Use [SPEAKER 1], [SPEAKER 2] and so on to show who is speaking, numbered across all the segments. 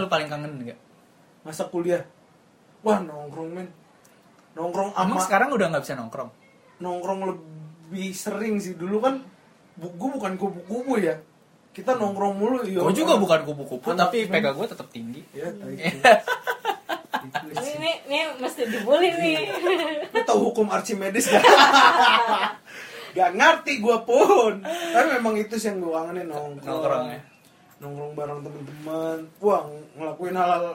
[SPEAKER 1] lu paling kangen nggak?
[SPEAKER 2] masa kuliah wah nongkrong men nongkrong
[SPEAKER 1] Emang
[SPEAKER 2] ama
[SPEAKER 1] sekarang udah nggak bisa nongkrong.
[SPEAKER 2] nongkrong lebih sering sih dulu kan gue bukan kubu-kubu ya kita nongkrong mulu ya
[SPEAKER 1] Gue juga bukan kupu-kupu,
[SPEAKER 2] Anak
[SPEAKER 1] tapi
[SPEAKER 2] men.
[SPEAKER 1] PK gue tetap tinggi.
[SPEAKER 2] ya tai.
[SPEAKER 3] Ini, ini, ini mesti dibully nih.
[SPEAKER 2] lu tahu hukum Archimedes gak? gak ngerti gue pun tapi memang itu sih yang gue kangenin nongkrong
[SPEAKER 1] Nongkrong ya.
[SPEAKER 2] nongkrong bareng temen-temen wah ng- ngelakuin hal-hal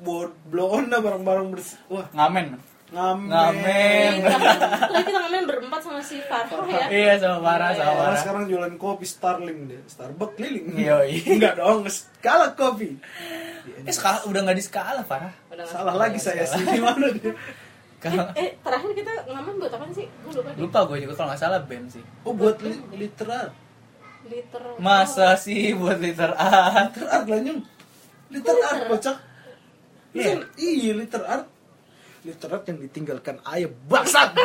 [SPEAKER 2] buat bloon dah bareng-bareng bersih wah
[SPEAKER 1] Ngamen.
[SPEAKER 2] ngamen
[SPEAKER 1] Ngamen.
[SPEAKER 3] Ini ngamen. Lagi kita ngamen berempat sama si Farhah ya.
[SPEAKER 1] Iya sama Farah, sama
[SPEAKER 2] Karena
[SPEAKER 1] Farah.
[SPEAKER 2] sekarang jualan kopi Starling deh, Starbucks keliling.
[SPEAKER 1] Yoi.
[SPEAKER 2] Enggak dong, skala kopi.
[SPEAKER 1] Eh, skala, udah nggak di skala Farah.
[SPEAKER 3] Udah nggak
[SPEAKER 2] Salah
[SPEAKER 3] usah.
[SPEAKER 2] lagi saya sih gimana dia?
[SPEAKER 1] Kalau-
[SPEAKER 3] Eh, terakhir kita ngamen buat apa sih? Gue lupa. deh.
[SPEAKER 1] Lupa gue juga kalau nggak salah band sih.
[SPEAKER 2] Oh buat li literat,
[SPEAKER 3] Liter.
[SPEAKER 1] Masa sih buat liter A?
[SPEAKER 2] literat lanjut. Literat kocak.
[SPEAKER 1] Iya.
[SPEAKER 2] Iya, iya literat. Literat yang ditinggalkan ayah bangsat.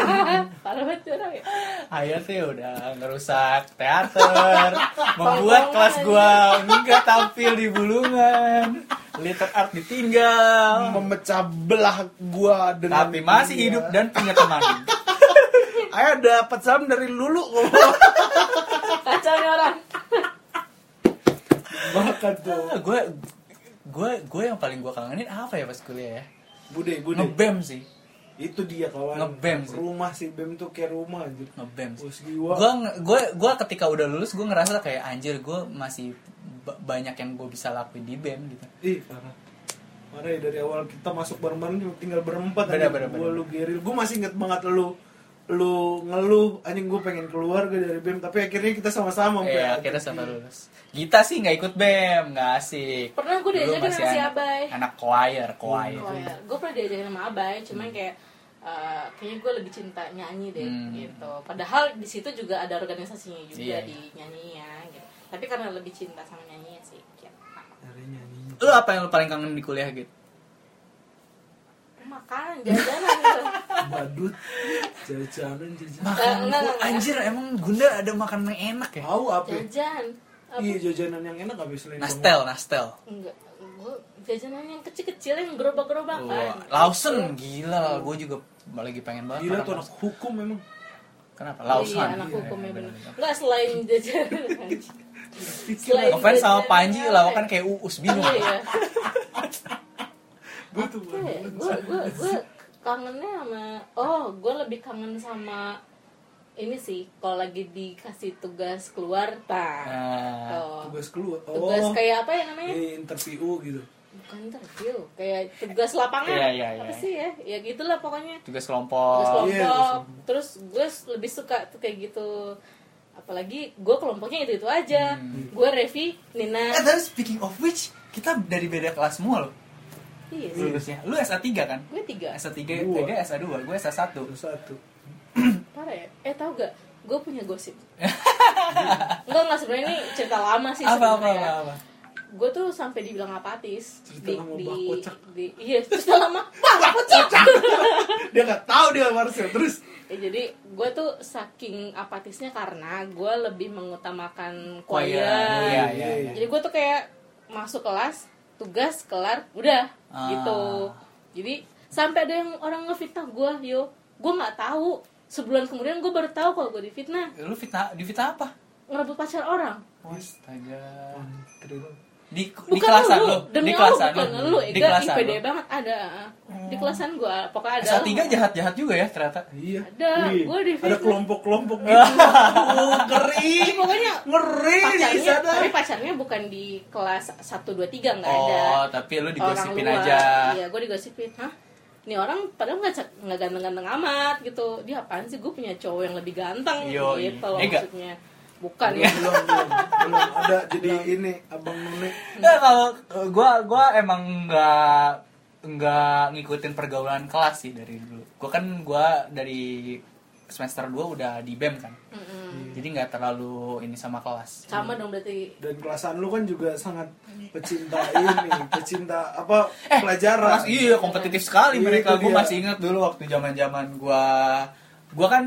[SPEAKER 3] Parah banget orang ya.
[SPEAKER 1] Ayah sih udah ngerusak teater, membuat kelas gua enggak tampil di bulungan, liter art ditinggal,
[SPEAKER 2] Memecah belah gua dengan
[SPEAKER 1] tapi masih
[SPEAKER 2] dia.
[SPEAKER 1] hidup dan punya teman.
[SPEAKER 2] Ayah dapat salam dari Lulu
[SPEAKER 3] Kacau nih orang.
[SPEAKER 2] Makan tuh.
[SPEAKER 1] Ah, Gue gue gue yang paling gue kangenin apa ya pas kuliah ya?
[SPEAKER 2] Bude, bude.
[SPEAKER 1] Ngebem sih,
[SPEAKER 2] Itu dia kawan.
[SPEAKER 1] Ngebem sih.
[SPEAKER 2] Rumah sih bem tuh kayak rumah anjir.
[SPEAKER 1] ngebem sih.
[SPEAKER 2] Bos jiwa.
[SPEAKER 1] Gue gue gue ketika udah lulus gue ngerasa kayak anjir gue masih ba- banyak yang gue bisa lakuin di bem gitu.
[SPEAKER 2] Ih, parah. Parah ya dari awal kita masuk bareng-bareng cuma tinggal berempat
[SPEAKER 1] Bener,
[SPEAKER 2] anjing.
[SPEAKER 1] bener,
[SPEAKER 2] Gua
[SPEAKER 1] bener.
[SPEAKER 2] lu geril. Gua masih inget banget lu lu ngeluh anjing gue pengen keluar gue dari BEM tapi akhirnya kita sama-sama Pe.
[SPEAKER 1] Iya, akhirnya sama lulus. Gita sih nggak ikut BEM, nggak asik.
[SPEAKER 3] Pernah gue
[SPEAKER 1] Dulu
[SPEAKER 3] diajakin
[SPEAKER 1] masih
[SPEAKER 3] sama si
[SPEAKER 1] anak-
[SPEAKER 3] Abai.
[SPEAKER 1] Anak choir, choir.
[SPEAKER 3] Oh ya, gue pernah diajakin sama Abai, cuman kayak eh, kayaknya gue lebih cinta nyanyi deh
[SPEAKER 1] Hmm.
[SPEAKER 3] gitu. Padahal di situ juga ada organisasinya juga
[SPEAKER 1] Iya,
[SPEAKER 3] di nyanyinya gitu. Tapi karena lebih cinta sama nyanyinya sih. Gitu.
[SPEAKER 2] Hari nyanyi.
[SPEAKER 1] Lu apa yang lu paling kangen di kuliah gitu?
[SPEAKER 3] Makanan, jajanan gitu.
[SPEAKER 2] badut jajanan jajanan
[SPEAKER 3] Eh, Enggak,
[SPEAKER 1] Makan
[SPEAKER 3] enggak, enggak.
[SPEAKER 1] anjir emang Gunda ada makanan yang enak ya?
[SPEAKER 2] tahu apa
[SPEAKER 3] Jajan. Apa?
[SPEAKER 2] iya jajanan yang enak habis selain
[SPEAKER 1] Nastel, nastel.
[SPEAKER 3] Enggak, gue jajanan yang kecil-kecil yang gerobak-gerobak kan.
[SPEAKER 1] Wah, Lawson gila, gue juga lagi pengen banget.
[SPEAKER 2] banget. gila
[SPEAKER 1] makan
[SPEAKER 2] tuh anak
[SPEAKER 1] Lawson.
[SPEAKER 2] hukum memang
[SPEAKER 1] Kenapa?
[SPEAKER 3] Iya,
[SPEAKER 1] Lawson.
[SPEAKER 3] anak
[SPEAKER 1] Iya,
[SPEAKER 3] hukum ya
[SPEAKER 1] bener.
[SPEAKER 3] bener. Enggak selain jajanan. selain
[SPEAKER 1] Ngefans sama
[SPEAKER 3] jajanan,
[SPEAKER 1] Panji lah,
[SPEAKER 3] apa
[SPEAKER 1] kan
[SPEAKER 3] ya?
[SPEAKER 1] kayak uus bingung.
[SPEAKER 3] Iya, iya.
[SPEAKER 2] gue tuh
[SPEAKER 3] gue gue gue kangennya sama oh gue lebih kangen sama ini sih kalau lagi dikasih tugas keluar tak
[SPEAKER 1] Nah,
[SPEAKER 2] tugas keluar oh
[SPEAKER 3] tugas kayak apa ya namanya
[SPEAKER 2] iya, interview gitu
[SPEAKER 3] bukan interview kayak tugas lapangan
[SPEAKER 1] Iya, iya,
[SPEAKER 3] apa
[SPEAKER 1] iya.
[SPEAKER 3] sih ya ya gitulah pokoknya
[SPEAKER 1] tugas
[SPEAKER 3] terus
[SPEAKER 1] kelompok.
[SPEAKER 3] kelompok
[SPEAKER 2] iya, terus-
[SPEAKER 3] terus gue lebih suka tuh kayak gitu apalagi gue kelompoknya itu itu aja
[SPEAKER 2] Hmm.
[SPEAKER 3] gue Revi Nina
[SPEAKER 1] Eh, tapi speaking of which, kita dari beda kelas semua loh.
[SPEAKER 3] iya sih
[SPEAKER 1] Lulusnya. Lu SA3 kan?
[SPEAKER 3] gue tiga
[SPEAKER 1] SA3,
[SPEAKER 2] Dua.
[SPEAKER 1] TG SA2, gue SA1.
[SPEAKER 2] terus satu
[SPEAKER 3] parah ya eh tau gak gue punya gosip enggak enggak sebenarnya ini cerita lama sih
[SPEAKER 1] Apa apa
[SPEAKER 3] sebenarnya
[SPEAKER 1] apa? apa?
[SPEAKER 3] gue tuh sampai dibilang apatis
[SPEAKER 2] Cerita lama Mbak Kocak.
[SPEAKER 3] di iya cerita lama
[SPEAKER 2] dia nggak tahu dia Marcel terus
[SPEAKER 3] ya, jadi gue tuh saking apatisnya karena gue lebih mengutamakan
[SPEAKER 1] Choir.
[SPEAKER 3] choir
[SPEAKER 1] Iya, iya, iya.
[SPEAKER 3] jadi gue tuh kayak masuk kelas tugas kelar udah
[SPEAKER 1] Ah.
[SPEAKER 3] gitu jadi sampai ada yang orang ngefitnah gue yo gue nggak tahu sebulan kemudian gue baru tahu kalau gue difitnah
[SPEAKER 1] iya. Lu fitnah, di fitnah apa?
[SPEAKER 3] ngerebut pacar orang
[SPEAKER 1] Astaga.
[SPEAKER 2] Keren.
[SPEAKER 1] Di di
[SPEAKER 3] bukan
[SPEAKER 1] kelasan
[SPEAKER 3] lu,
[SPEAKER 1] lu,
[SPEAKER 3] demi
[SPEAKER 1] di
[SPEAKER 3] Allah
[SPEAKER 1] kelasan
[SPEAKER 3] bukan lu,
[SPEAKER 1] lu. Di
[SPEAKER 3] Ega
[SPEAKER 1] kelasan lu.
[SPEAKER 3] IPD
[SPEAKER 1] Oh.
[SPEAKER 3] banget ada ah, di kelasan gue pokoknya ada
[SPEAKER 1] SA3 jahat-jahat juga ya ternyata.
[SPEAKER 2] Iya.
[SPEAKER 3] Ada,
[SPEAKER 2] Wih,
[SPEAKER 3] gua di
[SPEAKER 2] Ada
[SPEAKER 3] Facebook.
[SPEAKER 2] kelompok-kelompok gitu. Aduh, ngeri.
[SPEAKER 3] Ih, pokoknya
[SPEAKER 2] Ngeri di
[SPEAKER 3] pacarnya
[SPEAKER 2] sana.
[SPEAKER 3] tapi pacarnya bukan di kelas 1, 2, 3 nggak ada
[SPEAKER 1] Oh, tapi lu digosipin
[SPEAKER 3] luar.
[SPEAKER 1] aja.
[SPEAKER 3] iya gue digosipin hah ini orang padahal nggak cak- nggak ganteng-ganteng amat gitu dia apaan sih gue punya cowok yang lebih ganteng
[SPEAKER 1] Yoi. Eh,
[SPEAKER 3] gitu loh
[SPEAKER 1] Ega?
[SPEAKER 3] maksudnya bukan ya
[SPEAKER 2] Belum, belum, belum. Ada jadi ini Abang Nune.
[SPEAKER 1] Nah, kalau eh, gua gua emang nggak nggak ngikutin pergaulan kelas sih dari dulu. Gua kan gua dari semester 2 udah di BEM kan. Jadi nggak terlalu ini sama kelas.
[SPEAKER 3] sama dong berarti
[SPEAKER 2] Dan kelasan lu kan juga sangat pecinta ini, pecinta apa pelajaran.
[SPEAKER 1] Kelas- iya kompetitif sekali
[SPEAKER 2] Iya,
[SPEAKER 1] mereka.
[SPEAKER 2] itu
[SPEAKER 1] Gue
[SPEAKER 2] dia.
[SPEAKER 1] masih ingat dulu waktu zaman zaman gua gua kan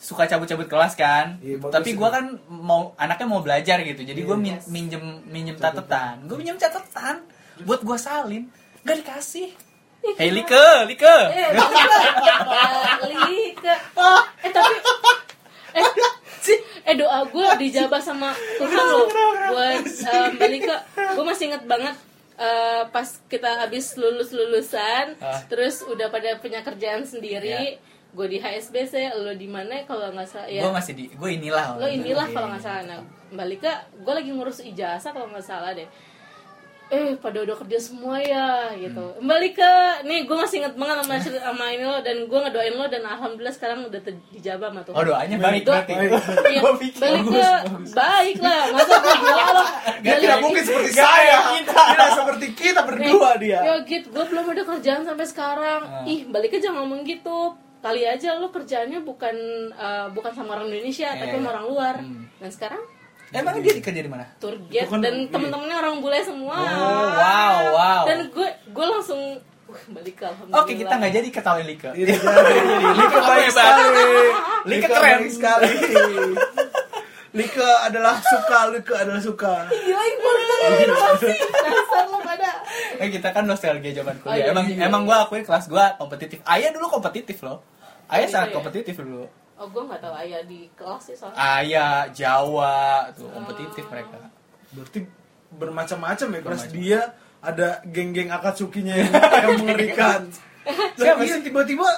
[SPEAKER 1] suka cabut-cabut kelas kan.
[SPEAKER 2] Iya, bagus
[SPEAKER 1] Tapi
[SPEAKER 2] itu.
[SPEAKER 1] gua kan mau anaknya mau belajar gitu. Jadi gua
[SPEAKER 2] Iya.
[SPEAKER 1] min- minjem minjem catatan. Gua minjem catatan. buat gua salin nggak dikasih Hei Lika, Lika.
[SPEAKER 3] Eh, kembali ke eh tapi eh eh doa gue dijabah sama Tuhan loh buat eh, balik ke gue masih inget banget eh, pas kita habis lulus lulusan
[SPEAKER 1] Ah. Iya.
[SPEAKER 3] terus udah pada punya kerjaan sendiri gue di HSBC lo di mana kalau nggak salah ya
[SPEAKER 1] Gua masih di, gua inilah.
[SPEAKER 3] lo Oh, inilah
[SPEAKER 1] Iya,
[SPEAKER 3] kalau
[SPEAKER 1] iya.
[SPEAKER 3] nggak salah nah balik ke gue lagi ngurus ijazah kalau nggak salah deh eh pada udah kerja semua ya gitu
[SPEAKER 1] Hmm.
[SPEAKER 3] balik ke nih gue masih inget banget sama cerita sama ini lo dan gue ngedoain lo dan alhamdulillah sekarang udah te- dijabah sama Tuhan
[SPEAKER 1] Oh doanya baik
[SPEAKER 3] Doa-
[SPEAKER 1] berarti.
[SPEAKER 3] Iya,
[SPEAKER 1] Gua pikir.
[SPEAKER 3] balik ke baik lah masa gue doa lo
[SPEAKER 2] Dia
[SPEAKER 3] Balik
[SPEAKER 2] tidak
[SPEAKER 3] lagi.
[SPEAKER 2] mungkin seperti saya. Tidak seperti kita berdua dia.
[SPEAKER 3] Ya gitu, gue belum ada kerjaan sampai sekarang.
[SPEAKER 1] Ah.
[SPEAKER 3] Ih, balik aja ngomong gitu. Kali aja lo kerjaannya bukan eh, bukan sama orang Indonesia,
[SPEAKER 1] Eh,
[SPEAKER 3] tapi sama orang luar.
[SPEAKER 1] hmm.
[SPEAKER 3] Dan sekarang
[SPEAKER 1] Emang dia kerja di mana?
[SPEAKER 3] tour guide
[SPEAKER 2] Bukan-
[SPEAKER 3] dan temen-temennya orang bule semua.
[SPEAKER 1] Oh, wow, wow.
[SPEAKER 3] Dan gue gue langsung "Wah, balik ke alhamdulillah.
[SPEAKER 1] Oke, kita nggak jadi Iya, ketawain Lika.
[SPEAKER 2] Tidak jadi. Lika Iya, baik
[SPEAKER 1] Hebat.
[SPEAKER 2] sekali.
[SPEAKER 1] Lika keren.
[SPEAKER 2] baik sekali. Lika adalah suka, Lika adalah suka.
[SPEAKER 3] Gila, ini gue dengerin pasti. Dasar lo pada.
[SPEAKER 1] Eh, kita kan nostalgia zaman
[SPEAKER 3] Oh, iya,
[SPEAKER 1] kuliah. emang
[SPEAKER 3] iya.
[SPEAKER 1] emang gua akuin kelas gua kompetitif. Ayah dulu kompetitif loh. Ayah
[SPEAKER 3] Oh,
[SPEAKER 1] sangat
[SPEAKER 3] iya.
[SPEAKER 1] kompetitif dulu.
[SPEAKER 3] Oh, gue gak tahu ayah di kelas sih
[SPEAKER 1] Ah,
[SPEAKER 3] soalnya.
[SPEAKER 1] Ayah Jawa tuh kompetitif
[SPEAKER 3] Ah.
[SPEAKER 1] mereka.
[SPEAKER 2] Berarti bermacam-macam ya. Terus dia ada geng-geng Akatsuki-nya yang, yang mengerikan.
[SPEAKER 1] Siapa
[SPEAKER 2] Siapa sih tiba-tiba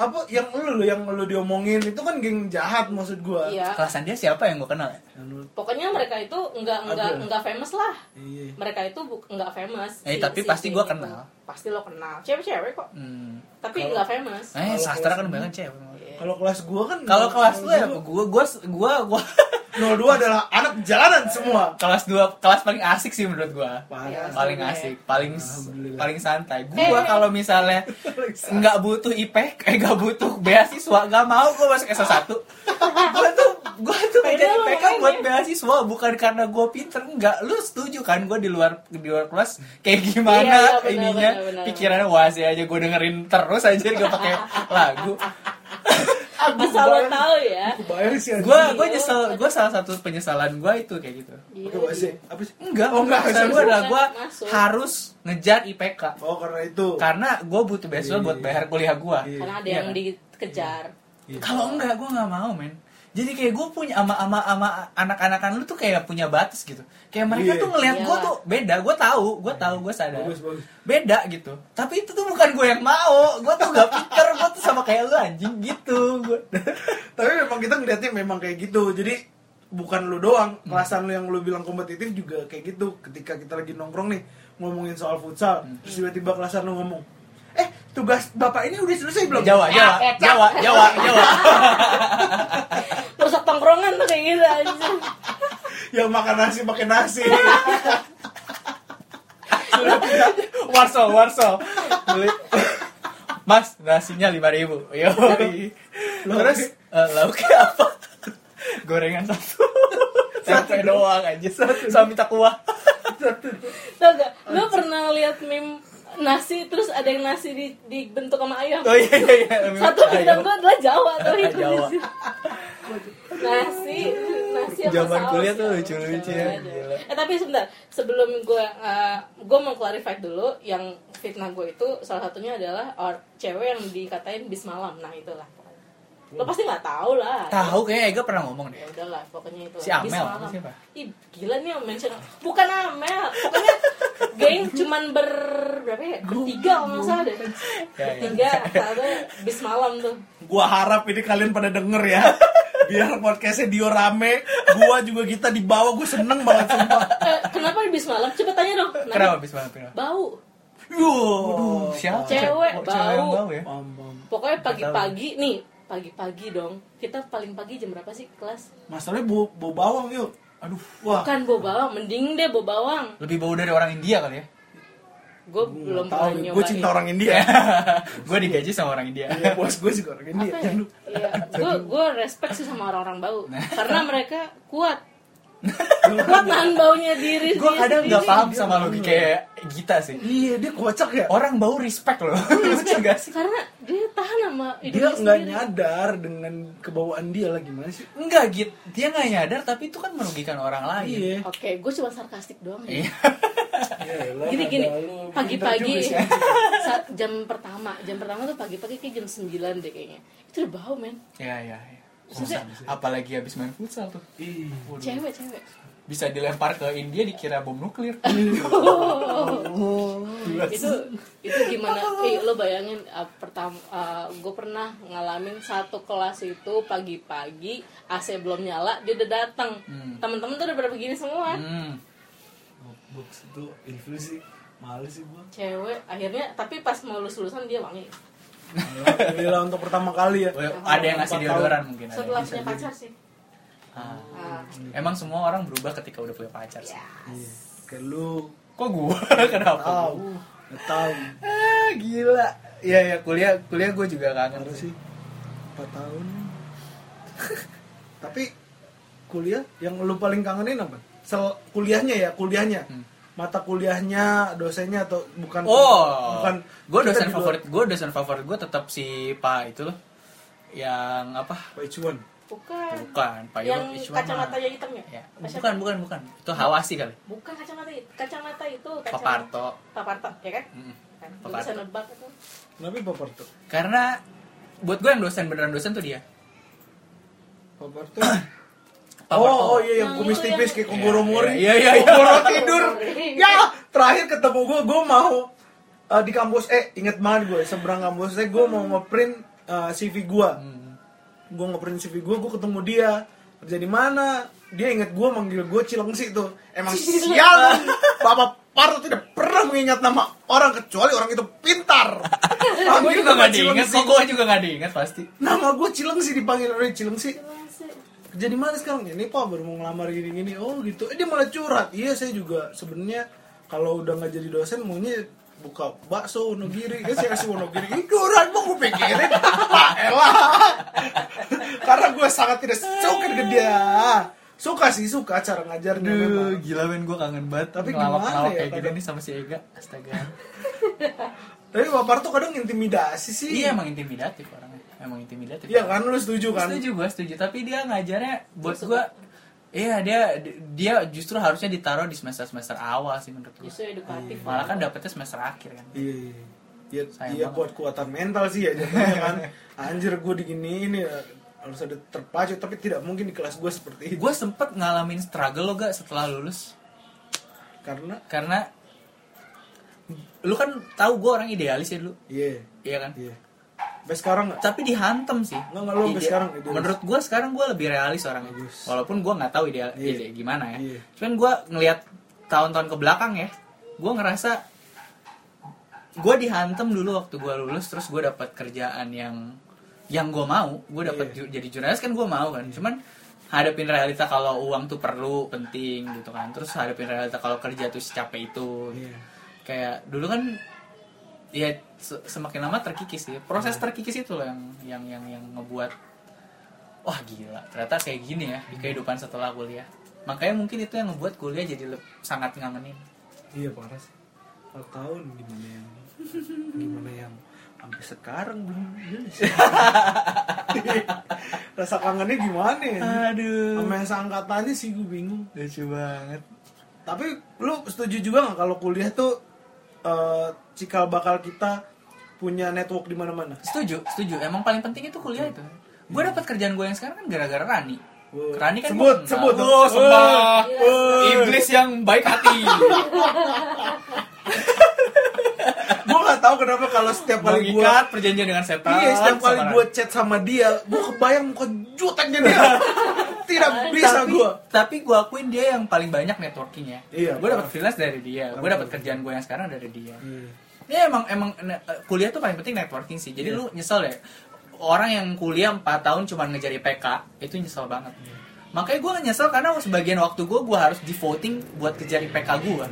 [SPEAKER 2] apa yang lu lo yang lu diomongin itu kan geng jahat maksud gua.
[SPEAKER 3] Iya.
[SPEAKER 1] Kelasan dia siapa yang gua kenal? ya?
[SPEAKER 2] Yang lu-
[SPEAKER 3] Pokoknya mereka itu nggak nggak
[SPEAKER 2] Ada.
[SPEAKER 3] nggak famous lah.
[SPEAKER 2] Iya.
[SPEAKER 3] Mereka itu bu- nggak famous.
[SPEAKER 1] Eh, tapi pasti
[SPEAKER 3] geng
[SPEAKER 1] gua
[SPEAKER 3] itu.
[SPEAKER 1] kenal.
[SPEAKER 3] Pasti lo kenal. Cewek-cewek kok.
[SPEAKER 1] Hmm.
[SPEAKER 3] Tapi nggak famous. Iya.
[SPEAKER 1] Eh,
[SPEAKER 2] Kalau
[SPEAKER 1] sastra
[SPEAKER 2] kelas
[SPEAKER 1] kan
[SPEAKER 2] ini-
[SPEAKER 1] banyak cewek.
[SPEAKER 2] Kalau kelas gua kan
[SPEAKER 1] Kalau kelas lu ya,
[SPEAKER 2] gua-
[SPEAKER 1] gua gua gua gua
[SPEAKER 2] 02 adalah anak jalanan semua.
[SPEAKER 1] kelas 2 kelas paling asik sih menurut gua.
[SPEAKER 2] Parah.
[SPEAKER 1] paling asik, paling
[SPEAKER 2] Alhamdulillah.
[SPEAKER 1] paling santai. Gua
[SPEAKER 3] ya? Eh.
[SPEAKER 1] kalau misalnya nggak butuh IPK, eh nggak butuh beasiswa, nggak mau gua masuk S1. gua tuh gua tuh
[SPEAKER 3] Padahal
[SPEAKER 1] jadi IPK
[SPEAKER 3] makanya.
[SPEAKER 1] buat beasiswa bukan karena gua pinter, enggak. Lu setuju kan gua di luar di luar kelas kayak
[SPEAKER 3] Iya,
[SPEAKER 1] gimana
[SPEAKER 3] iya, benar,
[SPEAKER 1] ininya
[SPEAKER 3] benar, benar.
[SPEAKER 1] pikirannya wasi aja gua dengerin terus aja gak pakai lagu.
[SPEAKER 3] Asal lo
[SPEAKER 2] kebayang.
[SPEAKER 3] tahu ya.
[SPEAKER 2] Kebayang sih anjing.
[SPEAKER 1] Gua
[SPEAKER 3] Iya,
[SPEAKER 1] gua nyesel, gua salah satu penyesalan gua itu kayak gitu.
[SPEAKER 2] Oke, Pak Ase. Apa sih?
[SPEAKER 1] Enggak,
[SPEAKER 2] Oh, enggak.
[SPEAKER 1] penyesalan gua adalah gua
[SPEAKER 3] Masuk.
[SPEAKER 1] harus ngejar IPK.
[SPEAKER 2] Oh, karena itu.
[SPEAKER 1] karena gue butuh beasiswa
[SPEAKER 2] Iya,
[SPEAKER 1] buat
[SPEAKER 2] iya.
[SPEAKER 1] bayar kuliah gue
[SPEAKER 2] Iya.
[SPEAKER 3] Karena ada
[SPEAKER 1] Iya
[SPEAKER 3] yang
[SPEAKER 1] kan?
[SPEAKER 3] dikejar.
[SPEAKER 1] kalau enggak gue nggak mau men jadi kayak gue punya ama ama ama anak-anakan lu tuh kayak punya batas gitu kayak mereka
[SPEAKER 2] Iya.
[SPEAKER 1] tuh ngelihat gue
[SPEAKER 3] Iyalah.
[SPEAKER 1] tuh beda gue tahu gue tahu gue sadar
[SPEAKER 2] Bagus, bagus.
[SPEAKER 1] beda gitu tapi itu tuh bukan gue yang mau gue tuh gak pinter gue tuh sama kayak lu anjing gitu Gua-
[SPEAKER 2] Tapi memang kita ngeliatnya memang kayak gitu. Jadi bukan lu doang, kelasan lu yang lu bilang kompetitif juga kayak gitu. Ketika kita lagi nongkrong nih ngomongin soal futsal, terus tiba-tiba kelasan lu ngomong, "Eh, tugas Bapak ini udah selesai belum?"
[SPEAKER 1] Jawa Jawa
[SPEAKER 3] Ah, kecap.
[SPEAKER 1] Jawa Jawa Jawa
[SPEAKER 3] Terus tongkrongan tuh kayak gitu aja.
[SPEAKER 2] Yang "Ya, makan nasi pakai nasi.
[SPEAKER 1] Warso Warso Beli- Mas nasinya lima ribu yo terus eh, lauknya apa gorengan satu tempe doang aja sama minta kuah
[SPEAKER 3] Tau gak? Lo pernah lihat meme nasi terus ada yang nasi di, dibentuk sama ayam.
[SPEAKER 1] oh iya iya iya
[SPEAKER 3] Satu bintang gue adalah Jawa tuh itu di
[SPEAKER 1] Jawa.
[SPEAKER 3] situ. Nasi, nasi apa
[SPEAKER 1] Zaman
[SPEAKER 3] saus
[SPEAKER 1] kuliah tuh
[SPEAKER 3] gitu.
[SPEAKER 1] lucu-lucu ya,
[SPEAKER 3] Jawa.
[SPEAKER 1] gila.
[SPEAKER 3] Eh tapi sebentar, sebelum gue gue mau clarify dulu yang fitnah gue itu salah satunya adalah or, cewek yang dikatain bis malam. Nah, itulah. Lo pasti nggak tahu lah.
[SPEAKER 1] tahu kayaknya Ega pernah ngomong deh
[SPEAKER 3] ya udahlah pokoknya itu
[SPEAKER 1] Si
[SPEAKER 3] lah.
[SPEAKER 1] Amel,
[SPEAKER 3] Bis malam.
[SPEAKER 1] apa siapa?
[SPEAKER 3] Ih, gila nih yang mention bukan Amel pokoknya geng cuman ber berapa ya bertiga kalau nggak salah deh
[SPEAKER 1] Ya, ya.
[SPEAKER 3] bertiga satu bis malam tuh
[SPEAKER 2] gua harap ini kalian pada denger ya. Biar podcastnya Dio rame, gua juga kita dibawa, gua seneng banget sumpah.
[SPEAKER 3] eh, kenapa di bis malam coba tanya dong Nanya.
[SPEAKER 1] kenapa habis banget kenapa
[SPEAKER 3] bau
[SPEAKER 2] Yo.
[SPEAKER 1] siapa
[SPEAKER 3] Cewek,
[SPEAKER 1] Kok cewek yang
[SPEAKER 3] bau.
[SPEAKER 1] bau ya
[SPEAKER 2] Pam, pam.
[SPEAKER 3] pokoknya pagi-pagi nih pagi-pagi dong kita paling pagi jam berapa sih kelas
[SPEAKER 2] Masalahnya bau, bau bawang yuk. Aduh, wah.
[SPEAKER 3] bukan bau bawang mending deh bau bawang
[SPEAKER 1] lebih bau dari orang India kali ya
[SPEAKER 3] gue belum pernah Iya. nyobain
[SPEAKER 2] gue ya. cinta orang India.
[SPEAKER 1] gue digaji sama orang India
[SPEAKER 2] Iya, bos gue juga orang India.
[SPEAKER 3] apa ya?
[SPEAKER 2] Jangan lupa.
[SPEAKER 3] gue gue respect sih sama orang-orang bau
[SPEAKER 1] Nah.
[SPEAKER 3] karena mereka kuat kuat nahan baunya diri
[SPEAKER 1] gue
[SPEAKER 3] dia
[SPEAKER 1] kadang nggak
[SPEAKER 3] sendiri.
[SPEAKER 1] paham sama logika Gita sih
[SPEAKER 2] Iya, dia kocak ya.
[SPEAKER 1] orang bau respect loh lucu gak sih
[SPEAKER 3] karena dia tahan sama
[SPEAKER 2] Dia
[SPEAKER 3] hidupnya
[SPEAKER 2] nggak
[SPEAKER 3] sendiri.
[SPEAKER 2] nyadar dengan kebawaan dia lah gimana sih?
[SPEAKER 1] Enggak gitu, dia nggak nyadar tapi itu kan merugikan orang lain.
[SPEAKER 2] Iya.
[SPEAKER 3] oke gue cuma sarkastik doang ya.
[SPEAKER 1] Iya.
[SPEAKER 3] gini gini pagi-pagi
[SPEAKER 1] ya.
[SPEAKER 3] saat jam pertama jam pertama tuh pagi-pagi kayak jam 9 deh kayaknya itu udah bau men
[SPEAKER 1] ya ya ya.
[SPEAKER 3] Maksudnya-
[SPEAKER 1] Futsal. apalagi habis main futsal tuh Waduh.
[SPEAKER 3] cewek cewek
[SPEAKER 1] bisa dilempar ke India dikira bom nuklir
[SPEAKER 3] itu itu gimana eh lo bayangin pertama gue pernah ngalamin satu kelas itu pagi-pagi AC belum nyala dia udah datang
[SPEAKER 1] Hmm.
[SPEAKER 3] temen-temen tuh udah pada begini semua
[SPEAKER 1] hmm.
[SPEAKER 2] box itu ilfil sih males sih gua
[SPEAKER 3] cewek akhirnya tapi pas mau lulus lulusan dia wangi
[SPEAKER 2] Alhamdulillah untuk pertama kali ya
[SPEAKER 1] Well, ada yang ngasih deodoran mungkin ada yang
[SPEAKER 3] setelah
[SPEAKER 1] bisa
[SPEAKER 3] punya
[SPEAKER 1] jadi.
[SPEAKER 3] pacar sih
[SPEAKER 1] Ah.
[SPEAKER 3] Ah.
[SPEAKER 1] emang semua orang berubah ketika udah punya pacar sih
[SPEAKER 2] Iya. kayak lu
[SPEAKER 1] kok gua kenapa
[SPEAKER 2] tahu
[SPEAKER 1] gua?
[SPEAKER 2] nggak tahu
[SPEAKER 1] ah, gila ya ya kuliah kuliah gue juga kangen
[SPEAKER 2] harus
[SPEAKER 1] sih
[SPEAKER 2] sih empat tahun tapi kuliah yang lu paling kangenin apa Sel kuliahnya ya kuliahnya
[SPEAKER 1] Hmm.
[SPEAKER 2] mata kuliahnya dosennya atau bukan
[SPEAKER 1] oh
[SPEAKER 2] bukan
[SPEAKER 1] gue
[SPEAKER 2] kita
[SPEAKER 1] dosen
[SPEAKER 2] di luar-
[SPEAKER 1] favorit gue dosen favorit gue tetap si pak itu loh yang apa
[SPEAKER 2] Pak Icuan
[SPEAKER 3] bukan
[SPEAKER 1] bukan pak
[SPEAKER 3] yang
[SPEAKER 1] Yono Ichwama.
[SPEAKER 3] kacamata yang hitam ya?
[SPEAKER 1] Ya.
[SPEAKER 3] Masa-
[SPEAKER 1] bukan bukan bukan itu hawasi kali
[SPEAKER 3] bukan kacamata itu kacamata itu
[SPEAKER 1] Pak
[SPEAKER 3] kacamata
[SPEAKER 1] Parto
[SPEAKER 3] paparto ya kan
[SPEAKER 1] Mm.
[SPEAKER 3] Kan,
[SPEAKER 1] Pak
[SPEAKER 3] lu bisa
[SPEAKER 1] Parto.
[SPEAKER 3] nebak itu
[SPEAKER 2] kenapa Pak Parto
[SPEAKER 1] karena buat gue yang dosen beneran dosen tuh dia
[SPEAKER 2] Pak Parto
[SPEAKER 1] Pak Parto.
[SPEAKER 2] oh, oh iya yang
[SPEAKER 3] Yang
[SPEAKER 2] kumis
[SPEAKER 3] itu
[SPEAKER 2] tipis
[SPEAKER 3] yang-
[SPEAKER 2] kayak Kogoro Mori
[SPEAKER 1] Iya, iya, iya.
[SPEAKER 2] Kogoro tidur ya terakhir ketemu gue gue mau eh, di kampus eh inget banget gue seberang kampusnya gue mau ngeprint eh, CV gue
[SPEAKER 1] Hmm.
[SPEAKER 2] gue ngeprint CV gue gue ketemu dia kerja di mana dia inget gue manggil gue Cilengsi tuh emang sial lu. bapak Parto tidak pernah mengingat nama orang kecuali orang itu pintar
[SPEAKER 1] Ah, gue juga gak diinget,
[SPEAKER 2] Cilengsi.
[SPEAKER 1] kok gue juga gak diinget pasti
[SPEAKER 2] nama gue Cilengsi dipanggil orang Cilengsi
[SPEAKER 3] Gimana sih?
[SPEAKER 2] kerja di mana sekarang ini pak baru mau ngelamar gini gini oh gitu eh, dia malah curhat iya saya juga sebenarnya kalau udah nggak jadi dosen maunya buka bakso wonogiri kan saya kasih wonogiri ini curhat mau gue pikirin pak elah karena gue sangat tidak suka ke dia suka sih suka cara ngajarnya memang.
[SPEAKER 1] gila men, gue kangen banget
[SPEAKER 2] Tapi
[SPEAKER 1] Ngelawak-ngelawak
[SPEAKER 2] gimana ya,
[SPEAKER 1] kayak gini
[SPEAKER 2] kadang-
[SPEAKER 1] nih sama si Ega Astaga
[SPEAKER 2] tapi bapak tuh kadang intimidasi sih
[SPEAKER 1] Iya emang intimidatif orangnya Emang intimidatif
[SPEAKER 2] Iya kan lu setuju kan
[SPEAKER 1] Setuju gue, setuju Tapi dia ngajarnya buat gue Iya dia dia justru harusnya ditaruh di semester-semester awal sih menurut gue
[SPEAKER 3] justru edukatif
[SPEAKER 1] Malah kan dapetnya semester akhir kan
[SPEAKER 2] Iya, iya. Iya,
[SPEAKER 1] Sayang
[SPEAKER 2] iya
[SPEAKER 1] banget.
[SPEAKER 2] buat kuatan mental sih ya jatuhnya kan. Anjir gue diginiin ya harus ada terpacu tapi tidak mungkin di kelas gue seperti itu
[SPEAKER 1] Gue sempet ngalamin struggle lo gak setelah lulus
[SPEAKER 2] karena
[SPEAKER 1] Karena Lu kan tahu gue orang idealis ya dulu
[SPEAKER 2] iya
[SPEAKER 1] Iya kan
[SPEAKER 2] iya sampai sekarang nggak
[SPEAKER 1] tapi dihantem sih.
[SPEAKER 2] Nggak, nggak, lu sampai
[SPEAKER 1] Ide-
[SPEAKER 2] sekarang idealis.
[SPEAKER 1] Menurut gue sekarang gue lebih realis orangnya.
[SPEAKER 2] Bagus.
[SPEAKER 1] Walaupun gue nggak tahu ide,
[SPEAKER 2] Iya.
[SPEAKER 1] ide gimana ya.
[SPEAKER 2] Iya.
[SPEAKER 1] Cuman gue ngelihat tahun-tahun ke belakang ya, gue ngerasa gue dihantem dulu waktu gue lulus terus gue dapat kerjaan yang yang gue mau gue dapat
[SPEAKER 2] Iya.
[SPEAKER 1] ju- jadi jurnalis kan gue mau kan cuman hadapin realita kalau uang tuh perlu penting gitu kan terus hadapin realita kalau kerja tuh secapek itu
[SPEAKER 2] Iya.
[SPEAKER 1] kayak dulu kan ya se- semakin lama terkikis sih proses
[SPEAKER 2] Iya.
[SPEAKER 1] terkikis itu loh yang yang yang yang ngebuat wah gila ternyata kayak gini ya di
[SPEAKER 2] Iya.
[SPEAKER 1] kehidupan setelah kuliah makanya mungkin itu yang ngebuat kuliah jadi leb- sangat ngangenin
[SPEAKER 2] iya parah sih empat tahun gimana yang gimana yang sampai sekarang belum jelas rasa kangennya gimana ya
[SPEAKER 1] Ah, aduh
[SPEAKER 2] sama yang seangkatannya sih gue bingung
[SPEAKER 1] lucu banget
[SPEAKER 2] Tapi lu setuju juga nggak kalau kuliah tuh eh, cikal bakal kita punya network di mana-mana?
[SPEAKER 1] setuju setuju emang paling penting itu kuliah itu gue dapat kerjaan gue yang sekarang kan gara-gara Rani
[SPEAKER 2] Wow.
[SPEAKER 1] Rani kan
[SPEAKER 2] Sebut,
[SPEAKER 1] gua kenal.
[SPEAKER 2] sebut dong.
[SPEAKER 1] Wow, sembah.
[SPEAKER 2] Wow.
[SPEAKER 1] iblis yang baik hati
[SPEAKER 2] gue nggak tahu kenapa kalau setiap kali gue
[SPEAKER 1] mengikat perjanjian dengan setan
[SPEAKER 2] iya setiap
[SPEAKER 1] sama
[SPEAKER 2] kali
[SPEAKER 1] Rani.
[SPEAKER 2] gue chat sama dia, gue kebayang muka juteknya dia. Tidak bisa
[SPEAKER 1] tapi,
[SPEAKER 2] gue.
[SPEAKER 1] tapi gue akuin dia yang paling banyak networkingnya
[SPEAKER 2] Iya,
[SPEAKER 1] gue dapat
[SPEAKER 2] parah.
[SPEAKER 1] freelance dari dia gue
[SPEAKER 2] Parah.
[SPEAKER 1] dapat kerjaan gue yang sekarang dari dia
[SPEAKER 2] Iya,
[SPEAKER 1] ya emang emang ne- eh, kuliah tuh paling penting networking sih
[SPEAKER 2] Iya.
[SPEAKER 1] jadi lu nyesel ya orang yang kuliah 4 tahun cuma ngejar IPK itu nyesel banget
[SPEAKER 2] Iya.
[SPEAKER 1] makanya gue nyesel karena sebagian waktu gue gue harus devoting buat kejar IPK gue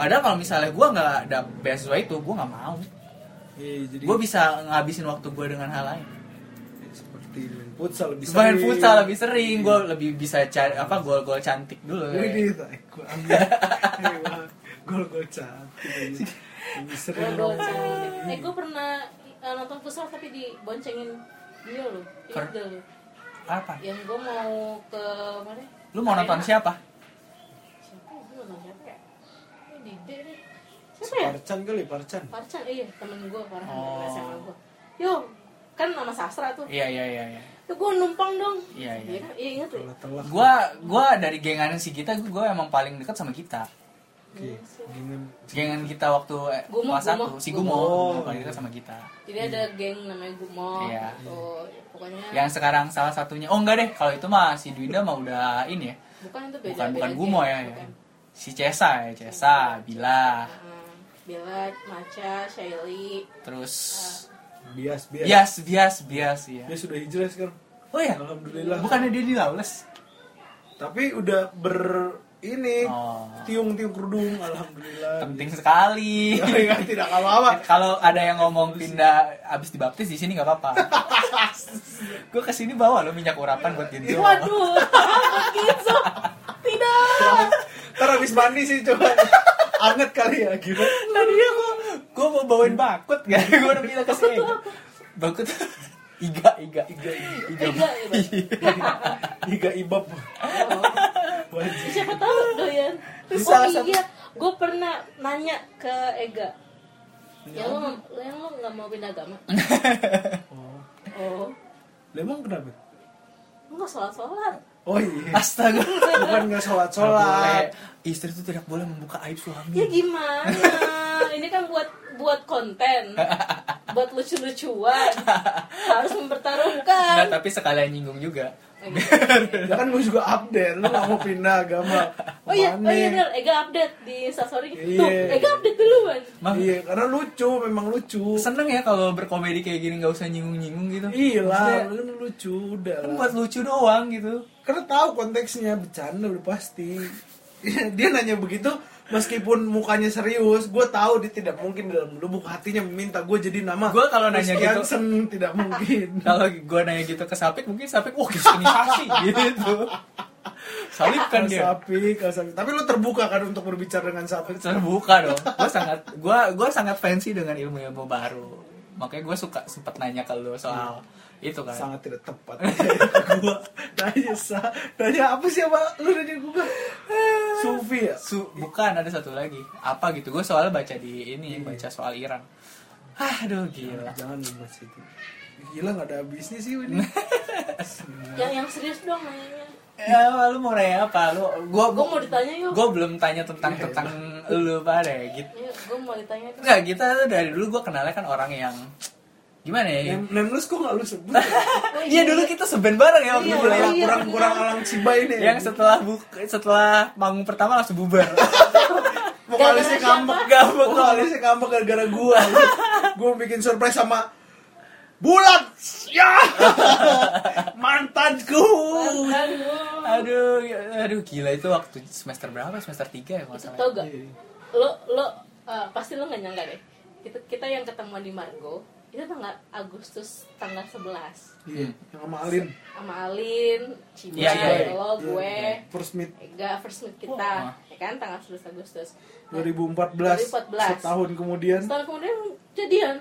[SPEAKER 1] padahal kalau misalnya gue nggak ada beasiswa itu gue nggak mau
[SPEAKER 2] Iya, jadi
[SPEAKER 1] gue bisa ngabisin waktu gue dengan hal lain
[SPEAKER 2] seperti main futsal lebih
[SPEAKER 1] main
[SPEAKER 2] sering.
[SPEAKER 1] futsal lebih sering gue lebih bisa cari apa gol-gol cantik dulu ya.
[SPEAKER 2] Widih, tai gitu, eh, gua ambil. Iya, Bang. Gol-gol cantik. Lebih sering.
[SPEAKER 3] Gua bonceng. eh gue pernah eh, nonton futsal tapi diboncengin dia loh
[SPEAKER 1] Ker-
[SPEAKER 3] itu loh
[SPEAKER 1] apa
[SPEAKER 3] yang gue mau ke mana
[SPEAKER 1] Lu mau nonton siapa?
[SPEAKER 3] siapa ya? gue nonton siapa ya Eh, Dide siapa ya
[SPEAKER 2] Parcan kali, Parcan.
[SPEAKER 3] Parcan iya temen gue Farhan
[SPEAKER 1] Oh.
[SPEAKER 3] temen SMA gue yo kan nama sastra tuh
[SPEAKER 1] Iya iya iya. iya.
[SPEAKER 3] yo gue Ya, numpang dong
[SPEAKER 1] Iya, iya.
[SPEAKER 3] Iya kan? iya ingat lu
[SPEAKER 2] Telah telah.
[SPEAKER 1] Gua gua dari gengannya si Gita gua emang paling dekat sama kita.
[SPEAKER 3] Iya,
[SPEAKER 2] Gini.
[SPEAKER 1] Gengan kita waktu eh,
[SPEAKER 3] Gumo,
[SPEAKER 1] kelas
[SPEAKER 3] Gumo.
[SPEAKER 1] satu si Gumo
[SPEAKER 2] Gumo.
[SPEAKER 1] Gumo paling dekat sama kita.
[SPEAKER 3] jadi ada geng namanya Gumo
[SPEAKER 1] Iya.
[SPEAKER 3] gitu. pokoknya
[SPEAKER 1] Yang sekarang salah satunya oh enggak deh kalau itu mah si Dwinda mah udah ini ya.
[SPEAKER 3] bukan itu beda
[SPEAKER 1] Bukan bukan
[SPEAKER 3] beda
[SPEAKER 1] Gumo
[SPEAKER 3] geng.
[SPEAKER 1] ya, ya.
[SPEAKER 3] Bukan.
[SPEAKER 1] Si Cesa ya, Cesa, Bila,
[SPEAKER 3] Heeh. Bella, Maca, Shaili,
[SPEAKER 1] terus
[SPEAKER 2] Bias, bias.
[SPEAKER 1] bias bias bias ya.
[SPEAKER 2] Dia sudah hijrah sekarang.
[SPEAKER 1] Oh ya,
[SPEAKER 2] Alhamdulillah.
[SPEAKER 1] bukannya dia di Laules?
[SPEAKER 2] Tapi udah ber ini
[SPEAKER 1] Oh.
[SPEAKER 2] tiung-tiung kerudung alhamdulillah.
[SPEAKER 1] Penting sekali.
[SPEAKER 2] Ya, ya, tidak apa-apa.
[SPEAKER 1] Kalau ada yang ngomong pindah abis dibaptis di sini nggak apa-apa. gue kesini bawa lo minyak urapan buat Ginzo.
[SPEAKER 3] Waduh, begitu. Tidak.
[SPEAKER 2] Ntar habis mandi sih coba. Anget kali ya gitu.
[SPEAKER 1] Tadi aku gue mau bawain bakut kan. gue udah bilang kesini. Bakut iga iga iga iga. Iya.
[SPEAKER 3] Tiga, ya, Bang.
[SPEAKER 2] Iga ibab. Wajib.
[SPEAKER 3] Siapa tahu doyan.
[SPEAKER 1] Terus
[SPEAKER 3] oh
[SPEAKER 1] salah satu-
[SPEAKER 3] iya, gue pernah nanya ke Ega.
[SPEAKER 1] Iya.
[SPEAKER 3] Ya lo, nggak- lo yang lo nggak mau pindah agama?
[SPEAKER 2] Oh.
[SPEAKER 3] Oh,
[SPEAKER 2] Lah, Emang kenapa?
[SPEAKER 3] lo nggak sholat sholat.
[SPEAKER 2] Oh iya.
[SPEAKER 1] Astaga.
[SPEAKER 2] Bukan nggak sholat
[SPEAKER 1] Nggak boleh.
[SPEAKER 2] sholat. Iya.
[SPEAKER 1] Istri itu tidak boleh membuka aib
[SPEAKER 3] Ya
[SPEAKER 1] suami.
[SPEAKER 3] gimana? Ini kan buat buat konten, buat lucu-lucuan, harus
[SPEAKER 1] Nggak,
[SPEAKER 3] mempertaruhkan.
[SPEAKER 1] tapi sekalian nyinggung juga.
[SPEAKER 2] Ya kan gue juga update. Lu nggak mau pindah agama.
[SPEAKER 3] Oh iya, oh
[SPEAKER 2] Kemana?
[SPEAKER 3] iya benar. Ega update di instastory gitu. Tuh,
[SPEAKER 2] Iya.
[SPEAKER 3] Ega update duluan.
[SPEAKER 1] Mam,
[SPEAKER 2] Iya, karena lucu, memang lucu.
[SPEAKER 1] seneng ya kalau berkomedi kayak gini nggak usah nyinggung-nyinggung gitu.
[SPEAKER 2] Iya lah,
[SPEAKER 1] Maksudnya,
[SPEAKER 2] lu kan lucu udah.
[SPEAKER 1] kan
[SPEAKER 2] lah.
[SPEAKER 1] buat lucu doang gitu.
[SPEAKER 2] Karena tahu konteksnya bercanda lu pasti. dia nanya begitu meskipun mukanya serius, gue tahu dia tidak mungkin di dalam lubuk hatinya meminta gue jadi nama.
[SPEAKER 1] Gua kalau nanya
[SPEAKER 2] Chris
[SPEAKER 1] gitu-
[SPEAKER 2] Hansen, tidak mungkin.
[SPEAKER 1] kalau gue nanya gitu ke Sapik mungkin Sapik wah kristenisasi gitu Salib kan
[SPEAKER 2] Kalau
[SPEAKER 1] dia
[SPEAKER 2] sapi, kalau sapi. Tapi lu terbuka kan untuk berbicara dengan sapi.
[SPEAKER 1] terbuka dong gue sangat gue gue sangat fancy dengan ilmu ilmu baru makanya gue suka sempet nanya ke lu soal itu kan
[SPEAKER 2] Sangat tidak tepat. gue nanya sa, nanya apa sih apa? Lu nanya gue Sufi ya.
[SPEAKER 1] Su- bukan ada satu lagi apa gitu gue soalnya baca di ini baca soal Iran Hah, aduh gila
[SPEAKER 2] Iya, Jangan lu bahas itu. Gila gak ada habisnya sih ini.
[SPEAKER 3] Yang yang serius dong nanyanya.
[SPEAKER 1] ya lu mau nanya apa lu gue
[SPEAKER 3] Gue mau ditanya yuk.
[SPEAKER 1] gue belum tanya tentang tentang lu pada ya, gitu
[SPEAKER 3] gue mau ditanya dong.
[SPEAKER 1] Enggak, kita tuh dari dulu gue kenalnya kan orang yang gimana ya
[SPEAKER 2] Name, name lu kok gak lu sebut?
[SPEAKER 3] Oh,
[SPEAKER 1] Iya dulu kita seben bareng ya waktu
[SPEAKER 3] Iya,
[SPEAKER 1] mulai.
[SPEAKER 3] iya.
[SPEAKER 2] kurang kurang alang cibai nih.
[SPEAKER 1] Yang setelah buk setelah manggung pertama langsung bubar.
[SPEAKER 2] vokalisnya
[SPEAKER 3] Gara-gara
[SPEAKER 2] ngambek,
[SPEAKER 1] siapa?
[SPEAKER 2] ngambek, vokalisnya ngambek gara-gara gua. gua bikin surprise sama Bulat. Ya. Mantanku.
[SPEAKER 3] Mantan gua.
[SPEAKER 1] aduh, ya- aduh gila itu waktu semester berapa? Semester 3 ya kalau nggak
[SPEAKER 3] Itu
[SPEAKER 1] salah.
[SPEAKER 3] tau
[SPEAKER 2] Iya,
[SPEAKER 3] gak? Lo lo eh, pasti lo gak nyangka deh. Kita kita yang ketemuan di Margo itu tanggal Agustus tanggal 11
[SPEAKER 2] Iya, yang sama Alin.
[SPEAKER 3] sama Alin, Cima,
[SPEAKER 1] Iya, iya, iya.
[SPEAKER 3] lo, gue,
[SPEAKER 2] First meet
[SPEAKER 3] Ega first meet kita,
[SPEAKER 1] Wah. Iya
[SPEAKER 3] ya kan tanggal 11 Agustus. Nah,
[SPEAKER 2] 2014.
[SPEAKER 3] 2014.
[SPEAKER 2] Setahun kemudian.
[SPEAKER 3] setahun kemudian jadian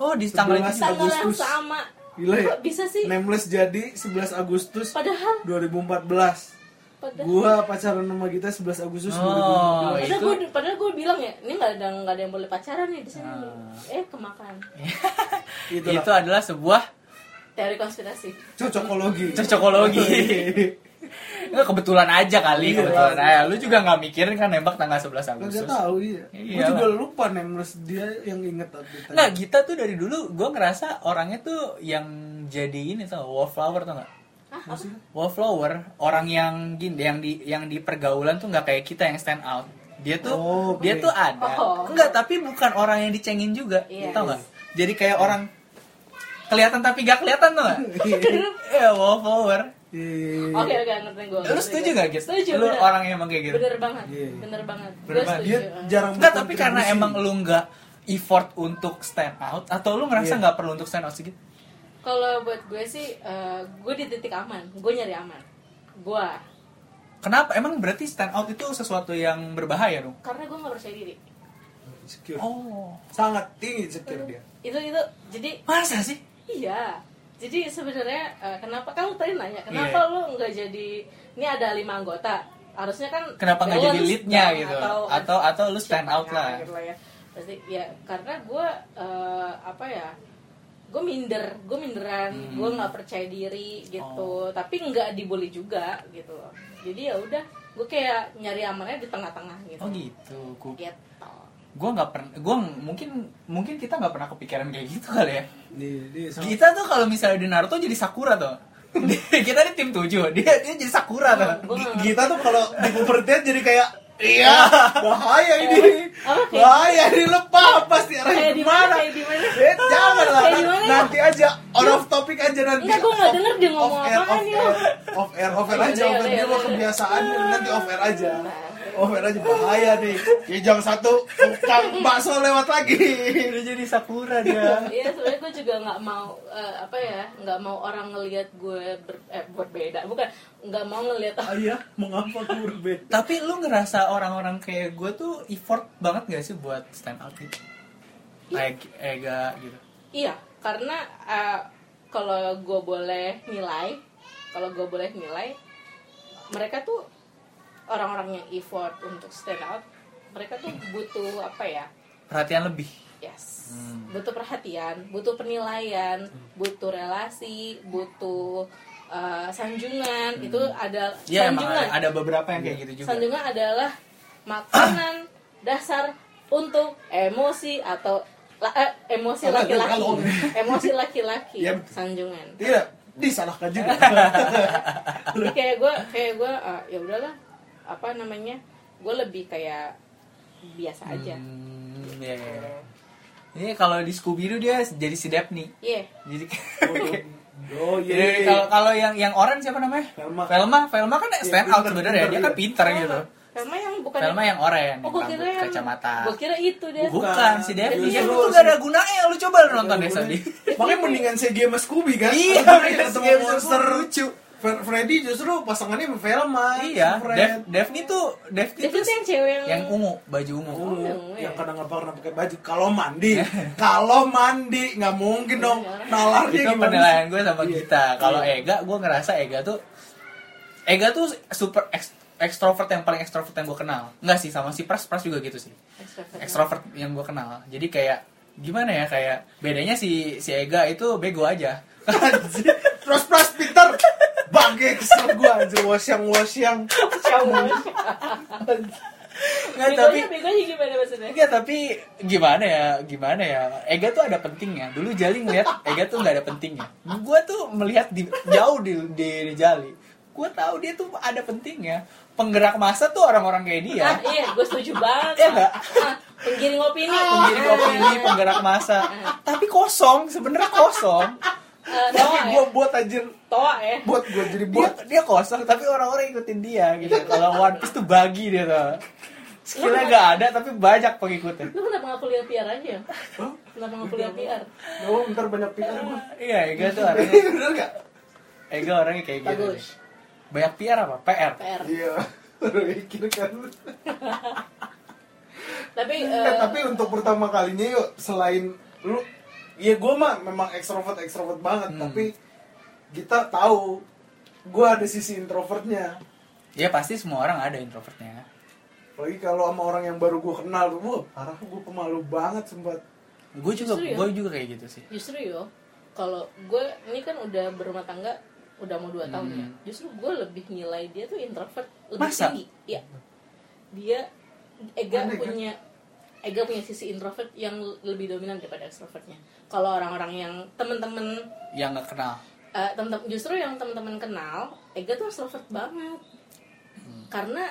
[SPEAKER 1] Oh, di kan? tanggal itu
[SPEAKER 2] Sebelas.
[SPEAKER 1] juga
[SPEAKER 3] tanggal yang
[SPEAKER 2] Agustus.
[SPEAKER 3] sama.
[SPEAKER 2] Gila ya.
[SPEAKER 3] Kok bisa sih?
[SPEAKER 2] Nameless jadi 11 Agustus
[SPEAKER 3] Padahal
[SPEAKER 2] 2014.
[SPEAKER 3] padahal
[SPEAKER 2] Gua pacaran sama kita 11 Agustus
[SPEAKER 1] Oh,
[SPEAKER 2] 2014.
[SPEAKER 1] iya.
[SPEAKER 3] Padahal
[SPEAKER 1] itu-
[SPEAKER 3] gue, padahal gue bilang ya, ini nggak ada nggak ada yang boleh pacaran nih di sini.
[SPEAKER 1] Ah.
[SPEAKER 3] Eh kemakan.
[SPEAKER 1] itu,
[SPEAKER 2] Itulah.
[SPEAKER 1] adalah sebuah
[SPEAKER 3] Teori konspirasi.
[SPEAKER 2] Cocokologi.
[SPEAKER 1] cocokologi. Enggak kebetulan aja kali,
[SPEAKER 2] Iya.
[SPEAKER 1] kebetulan aja. Lu juga nggak mikirin kan nembak tanggal 11
[SPEAKER 2] Kagak
[SPEAKER 1] Agustus.
[SPEAKER 2] tahu iya. Gue
[SPEAKER 1] Iyalah.
[SPEAKER 2] juga lupa nameless dia yang inget update.
[SPEAKER 1] Nah, Gita tuh dari dulu gue ngerasa orangnya tuh yang jadi ini tau, wallflower tau gak?
[SPEAKER 3] Ah, apa?
[SPEAKER 2] Maksudnya?
[SPEAKER 1] wallflower orang yang gini yang di yang di pergaulan tuh nggak kayak kita yang stand out dia tuh
[SPEAKER 2] Oh, oke.
[SPEAKER 1] dia tuh ada
[SPEAKER 3] Oh.
[SPEAKER 1] enggak tapi bukan orang yang dicengin juga
[SPEAKER 3] Iya.
[SPEAKER 1] tau nggak jadi kayak orang kelihatan tapi gak kelihatan tuh nggak
[SPEAKER 3] Iya.
[SPEAKER 1] ya wallflower
[SPEAKER 2] Iya.
[SPEAKER 3] Oke oke ngerti gue.
[SPEAKER 1] lu setuju gak gitu
[SPEAKER 3] Setuju.
[SPEAKER 1] lu
[SPEAKER 3] bener.
[SPEAKER 1] orang yang emang kayak gitu
[SPEAKER 3] bener banget,
[SPEAKER 2] Iya.
[SPEAKER 3] bener banget.
[SPEAKER 1] Bener
[SPEAKER 3] Gue
[SPEAKER 1] banget.
[SPEAKER 3] setuju.
[SPEAKER 2] Nah, Dia jarang
[SPEAKER 1] enggak tapi karena
[SPEAKER 2] berkontribusi.
[SPEAKER 1] emang lu nggak effort untuk stand out atau lu ngerasa
[SPEAKER 2] Iya.
[SPEAKER 1] nggak perlu untuk stand out segitu
[SPEAKER 3] Kalau buat gue sih, eh, gue di titik aman. Gue nyari aman. Gue
[SPEAKER 1] kenapa emang berarti stand out itu sesuatu yang berbahaya dong
[SPEAKER 3] karena gue nggak percaya diri.
[SPEAKER 2] Insecure.
[SPEAKER 1] oh
[SPEAKER 2] Sangat tinggi insecure dia.
[SPEAKER 3] Itu itu jadi
[SPEAKER 1] masa sih
[SPEAKER 3] Iya. Jadi sebenarnya eh, kenapa kan lu tadi nanya kenapa
[SPEAKER 1] Iya.
[SPEAKER 3] lu nggak jadi ini ada lima anggota harusnya kan
[SPEAKER 1] Kenapa nggak jadi
[SPEAKER 3] balance
[SPEAKER 1] leadnya
[SPEAKER 3] dong,
[SPEAKER 1] gitu? Atau- atau lu stand
[SPEAKER 3] siapanya
[SPEAKER 1] out lah.
[SPEAKER 3] gitu ya. pasti ya karena gue eh, apa ya gue minder gue minderan
[SPEAKER 1] Hmm. Oh.
[SPEAKER 3] gue nggak percaya diri gitu tapi nggak dibully juga gitu loh jadi ya udah gue kayak nyari amannya di tengah-tengah gitu
[SPEAKER 1] oh gitu Ku-
[SPEAKER 3] gitu
[SPEAKER 1] gua nggak pernah gua ng- mungkin mungkin kita nggak pernah kepikiran kayak gitu kali ya
[SPEAKER 2] Di, di, sama-
[SPEAKER 1] kita tuh kalau misalnya di Naruto jadi Sakura tuh kita di tim 7 dia dia jadi Sakura Gitu. tuh
[SPEAKER 3] Gua nggak ngerti.
[SPEAKER 2] Gita tuh kalau di pubertas jadi kayak iya bahaya ini
[SPEAKER 3] Apa kayak-
[SPEAKER 2] bahaya ini lo paham pasti arahnya
[SPEAKER 3] kayak di mana
[SPEAKER 2] kemana
[SPEAKER 3] kayak di mana
[SPEAKER 2] eh jangan lah
[SPEAKER 3] Kayak gimana? ya?
[SPEAKER 2] nanti aja out of topic aja nanti
[SPEAKER 3] Enggak, gua nggak denger dia
[SPEAKER 2] Off-
[SPEAKER 3] ngomong
[SPEAKER 2] off air,
[SPEAKER 3] apaan, ya.
[SPEAKER 2] off
[SPEAKER 3] yo.
[SPEAKER 2] air, off air off air
[SPEAKER 3] Iya,
[SPEAKER 2] aja
[SPEAKER 3] iya,
[SPEAKER 2] off air
[SPEAKER 3] iya,
[SPEAKER 2] dia mah
[SPEAKER 3] iya.
[SPEAKER 2] kebiasaan nanti off air aja off air aja bahaya nih ya jangan satu tukang bakso lewat lagi
[SPEAKER 1] dia jadi Sakura dia
[SPEAKER 3] Iya sebenarnya gue juga nggak mau eh, apa ya nggak mau orang ngelihat gue ber, eh, berbeda bukan nggak mau ngelihat
[SPEAKER 2] ayah Ah, iya. mengapa aku berbeda
[SPEAKER 1] tapi lu ngerasa orang-orang kayak gue tuh effort banget gak sih buat stand out gitu kayak Ega gitu
[SPEAKER 3] iya karena eh, kalau gue boleh nilai kalau gue boleh nilai mereka tuh orang-orang yang effort untuk stand out mereka tuh butuh apa ya
[SPEAKER 1] perhatian lebih
[SPEAKER 3] Yes.
[SPEAKER 1] Hmm.
[SPEAKER 3] Butuh perhatian, butuh penilaian, butuh relasi, butuh uh, sanjungan. Itu ada
[SPEAKER 1] Hmm. Iya emang
[SPEAKER 3] sanjungan.
[SPEAKER 1] ada, ada beberapa yang kayak gitu juga
[SPEAKER 3] Sanjungan adalah makanan dasar untuk emosi atau la- eh, emosi
[SPEAKER 2] Apa,
[SPEAKER 3] laki-laki.
[SPEAKER 2] kalau-
[SPEAKER 3] emosi laki-laki.
[SPEAKER 1] Iya,
[SPEAKER 2] Yap.
[SPEAKER 3] Sanjungan.
[SPEAKER 2] tidak disalahkan juga
[SPEAKER 3] Jadi kayak gue kayak gue uh, ya udahlah apa namanya? Gue lebih kayak biasa aja.
[SPEAKER 1] Hmm, iya, iya. Ini kalau di Scooby Doo dia jadi si Depni.
[SPEAKER 3] Iya.
[SPEAKER 1] Jadi
[SPEAKER 2] oh
[SPEAKER 1] Jadi kalau kalau yang yang orang siapa namanya?
[SPEAKER 2] Velma. Iya,
[SPEAKER 1] Velma, Velma kan stand out
[SPEAKER 2] pinter,
[SPEAKER 1] sebenarnya.
[SPEAKER 2] pinter,
[SPEAKER 1] Dia kan
[SPEAKER 2] iya.
[SPEAKER 1] pintar gitu.
[SPEAKER 3] Sama yang bukan
[SPEAKER 1] Velma yang oren,
[SPEAKER 3] Oh, gue
[SPEAKER 1] rambut
[SPEAKER 3] kira yang
[SPEAKER 1] kacamata.
[SPEAKER 3] Gue kira itu dia.
[SPEAKER 1] Bukan,
[SPEAKER 2] Bukan. Iya,
[SPEAKER 1] si Depni.
[SPEAKER 2] Justru
[SPEAKER 1] Yang itu gak ada
[SPEAKER 2] si-
[SPEAKER 1] gunanya. Lu coba lu nonton ya,
[SPEAKER 2] Iya,
[SPEAKER 1] Iya, deh tadi.
[SPEAKER 2] Makanya mendingan CG sama Scooby kan?
[SPEAKER 1] Iya,
[SPEAKER 2] Akhirnya
[SPEAKER 1] mendingan
[SPEAKER 2] ketemu
[SPEAKER 1] CG sama
[SPEAKER 2] monster
[SPEAKER 1] Scooby.
[SPEAKER 2] lucu. Fre- Freddy justru pasangannya sama Velma.
[SPEAKER 1] Iya,
[SPEAKER 2] sama Fred.
[SPEAKER 1] Dev, Devni tuh Devni
[SPEAKER 3] Itu
[SPEAKER 1] tuh
[SPEAKER 3] tuh yang cewek yang,
[SPEAKER 1] yang ungu, baju ungu.
[SPEAKER 2] Ungu,
[SPEAKER 3] Oh, iya.
[SPEAKER 2] yang kadang nggak pernah pakai baju. Kalau mandi,
[SPEAKER 1] Iya.
[SPEAKER 2] kalau mandi nggak mungkin dong nalarnya
[SPEAKER 1] itu
[SPEAKER 2] gimana?
[SPEAKER 1] penilaian gue sama
[SPEAKER 2] Iya.
[SPEAKER 1] Gita kalau Ega gue ngerasa Ega tuh Ega tuh super ex- extrovert yang paling extrovert yang gue kenal nggak sih sama si Pras Pras juga gitu sih
[SPEAKER 3] Extrovert.
[SPEAKER 1] extrovert yang gue kenal jadi kayak gimana ya kayak bedanya si si Ega itu bego aja
[SPEAKER 2] Anjir. Terus plus Peter bangke kesel gue anjir wasyang wasyang.
[SPEAKER 1] nggak
[SPEAKER 3] Begonya,
[SPEAKER 1] tapi
[SPEAKER 3] begonya gimana maksudnya?
[SPEAKER 1] Enggak, tapi gimana ya, gimana ya. Ega tuh ada pentingnya. Dulu Jali ngeliat Ega tuh nggak ada pentingnya. Gua tuh melihat di, jauh di, di, di Jali. Gua tahu dia tuh ada pentingnya. Penggerak masa tuh orang-orang kayak dia.
[SPEAKER 3] Ah, iya, gue setuju banget.
[SPEAKER 1] Iya nggak?
[SPEAKER 3] Ah, penggiring opini.
[SPEAKER 1] Penggiring opini, penggerak masa. Tapi kosong, sebenarnya kosong.
[SPEAKER 3] Eh,
[SPEAKER 2] Tapi
[SPEAKER 3] toa ya.
[SPEAKER 2] gue buat anjir
[SPEAKER 3] Toa ya.
[SPEAKER 2] buat gue jadi
[SPEAKER 1] Dia,
[SPEAKER 2] buat.
[SPEAKER 1] dia kosong, tapi orang-orang ikutin dia gitu. Kalau One Piece tuh bagi dia tuh. Skillnya nggak ada, tapi banyak pengikutnya.
[SPEAKER 3] Lu kenapa nggak kuliah PR aja? Kenapa nggak kuliah PR?
[SPEAKER 2] Oh ntar banyak PR gue.
[SPEAKER 1] Iya, Ega tuh orangnya,
[SPEAKER 2] Bener nggak?
[SPEAKER 1] Ega orangnya kayak gitu.
[SPEAKER 3] Bagus.
[SPEAKER 1] Banyak PR apa? PR.
[SPEAKER 3] PR.
[SPEAKER 2] Iya. Baru mikir kan.
[SPEAKER 3] Tapi, eh,
[SPEAKER 2] Eh, tapi untuk pertama kalinya yuk selain lu ya gue mah memang ekstrovert ekstrovert banget
[SPEAKER 1] Hmm.
[SPEAKER 2] tapi kita tahu gue ada sisi introvertnya
[SPEAKER 1] Ya pasti semua orang ada introvertnya.
[SPEAKER 2] apalagi kalau sama orang yang baru gue kenal gue parah gue pemalu banget sempat
[SPEAKER 1] Gue juga,
[SPEAKER 3] Justru ya.
[SPEAKER 1] gue juga kayak gitu sih.
[SPEAKER 3] justru yo, kalau gue ini kan udah berumah tangga udah mau dua tahun
[SPEAKER 1] Hmm.
[SPEAKER 3] ya. Justru gue lebih nilai dia tuh introvert lebih
[SPEAKER 1] Masa?
[SPEAKER 3] tinggi. Iya. Dia Ega
[SPEAKER 2] Aneh, kan?
[SPEAKER 3] punya Ega punya sisi introvert yang lebih dominan daripada extrovertnya. Kalau orang-orang yang temen-temen
[SPEAKER 1] Yang nggak kenal.
[SPEAKER 3] eh, temen-temen justru yang temen-temen kenal, Ega tuh extrovert banget. Karena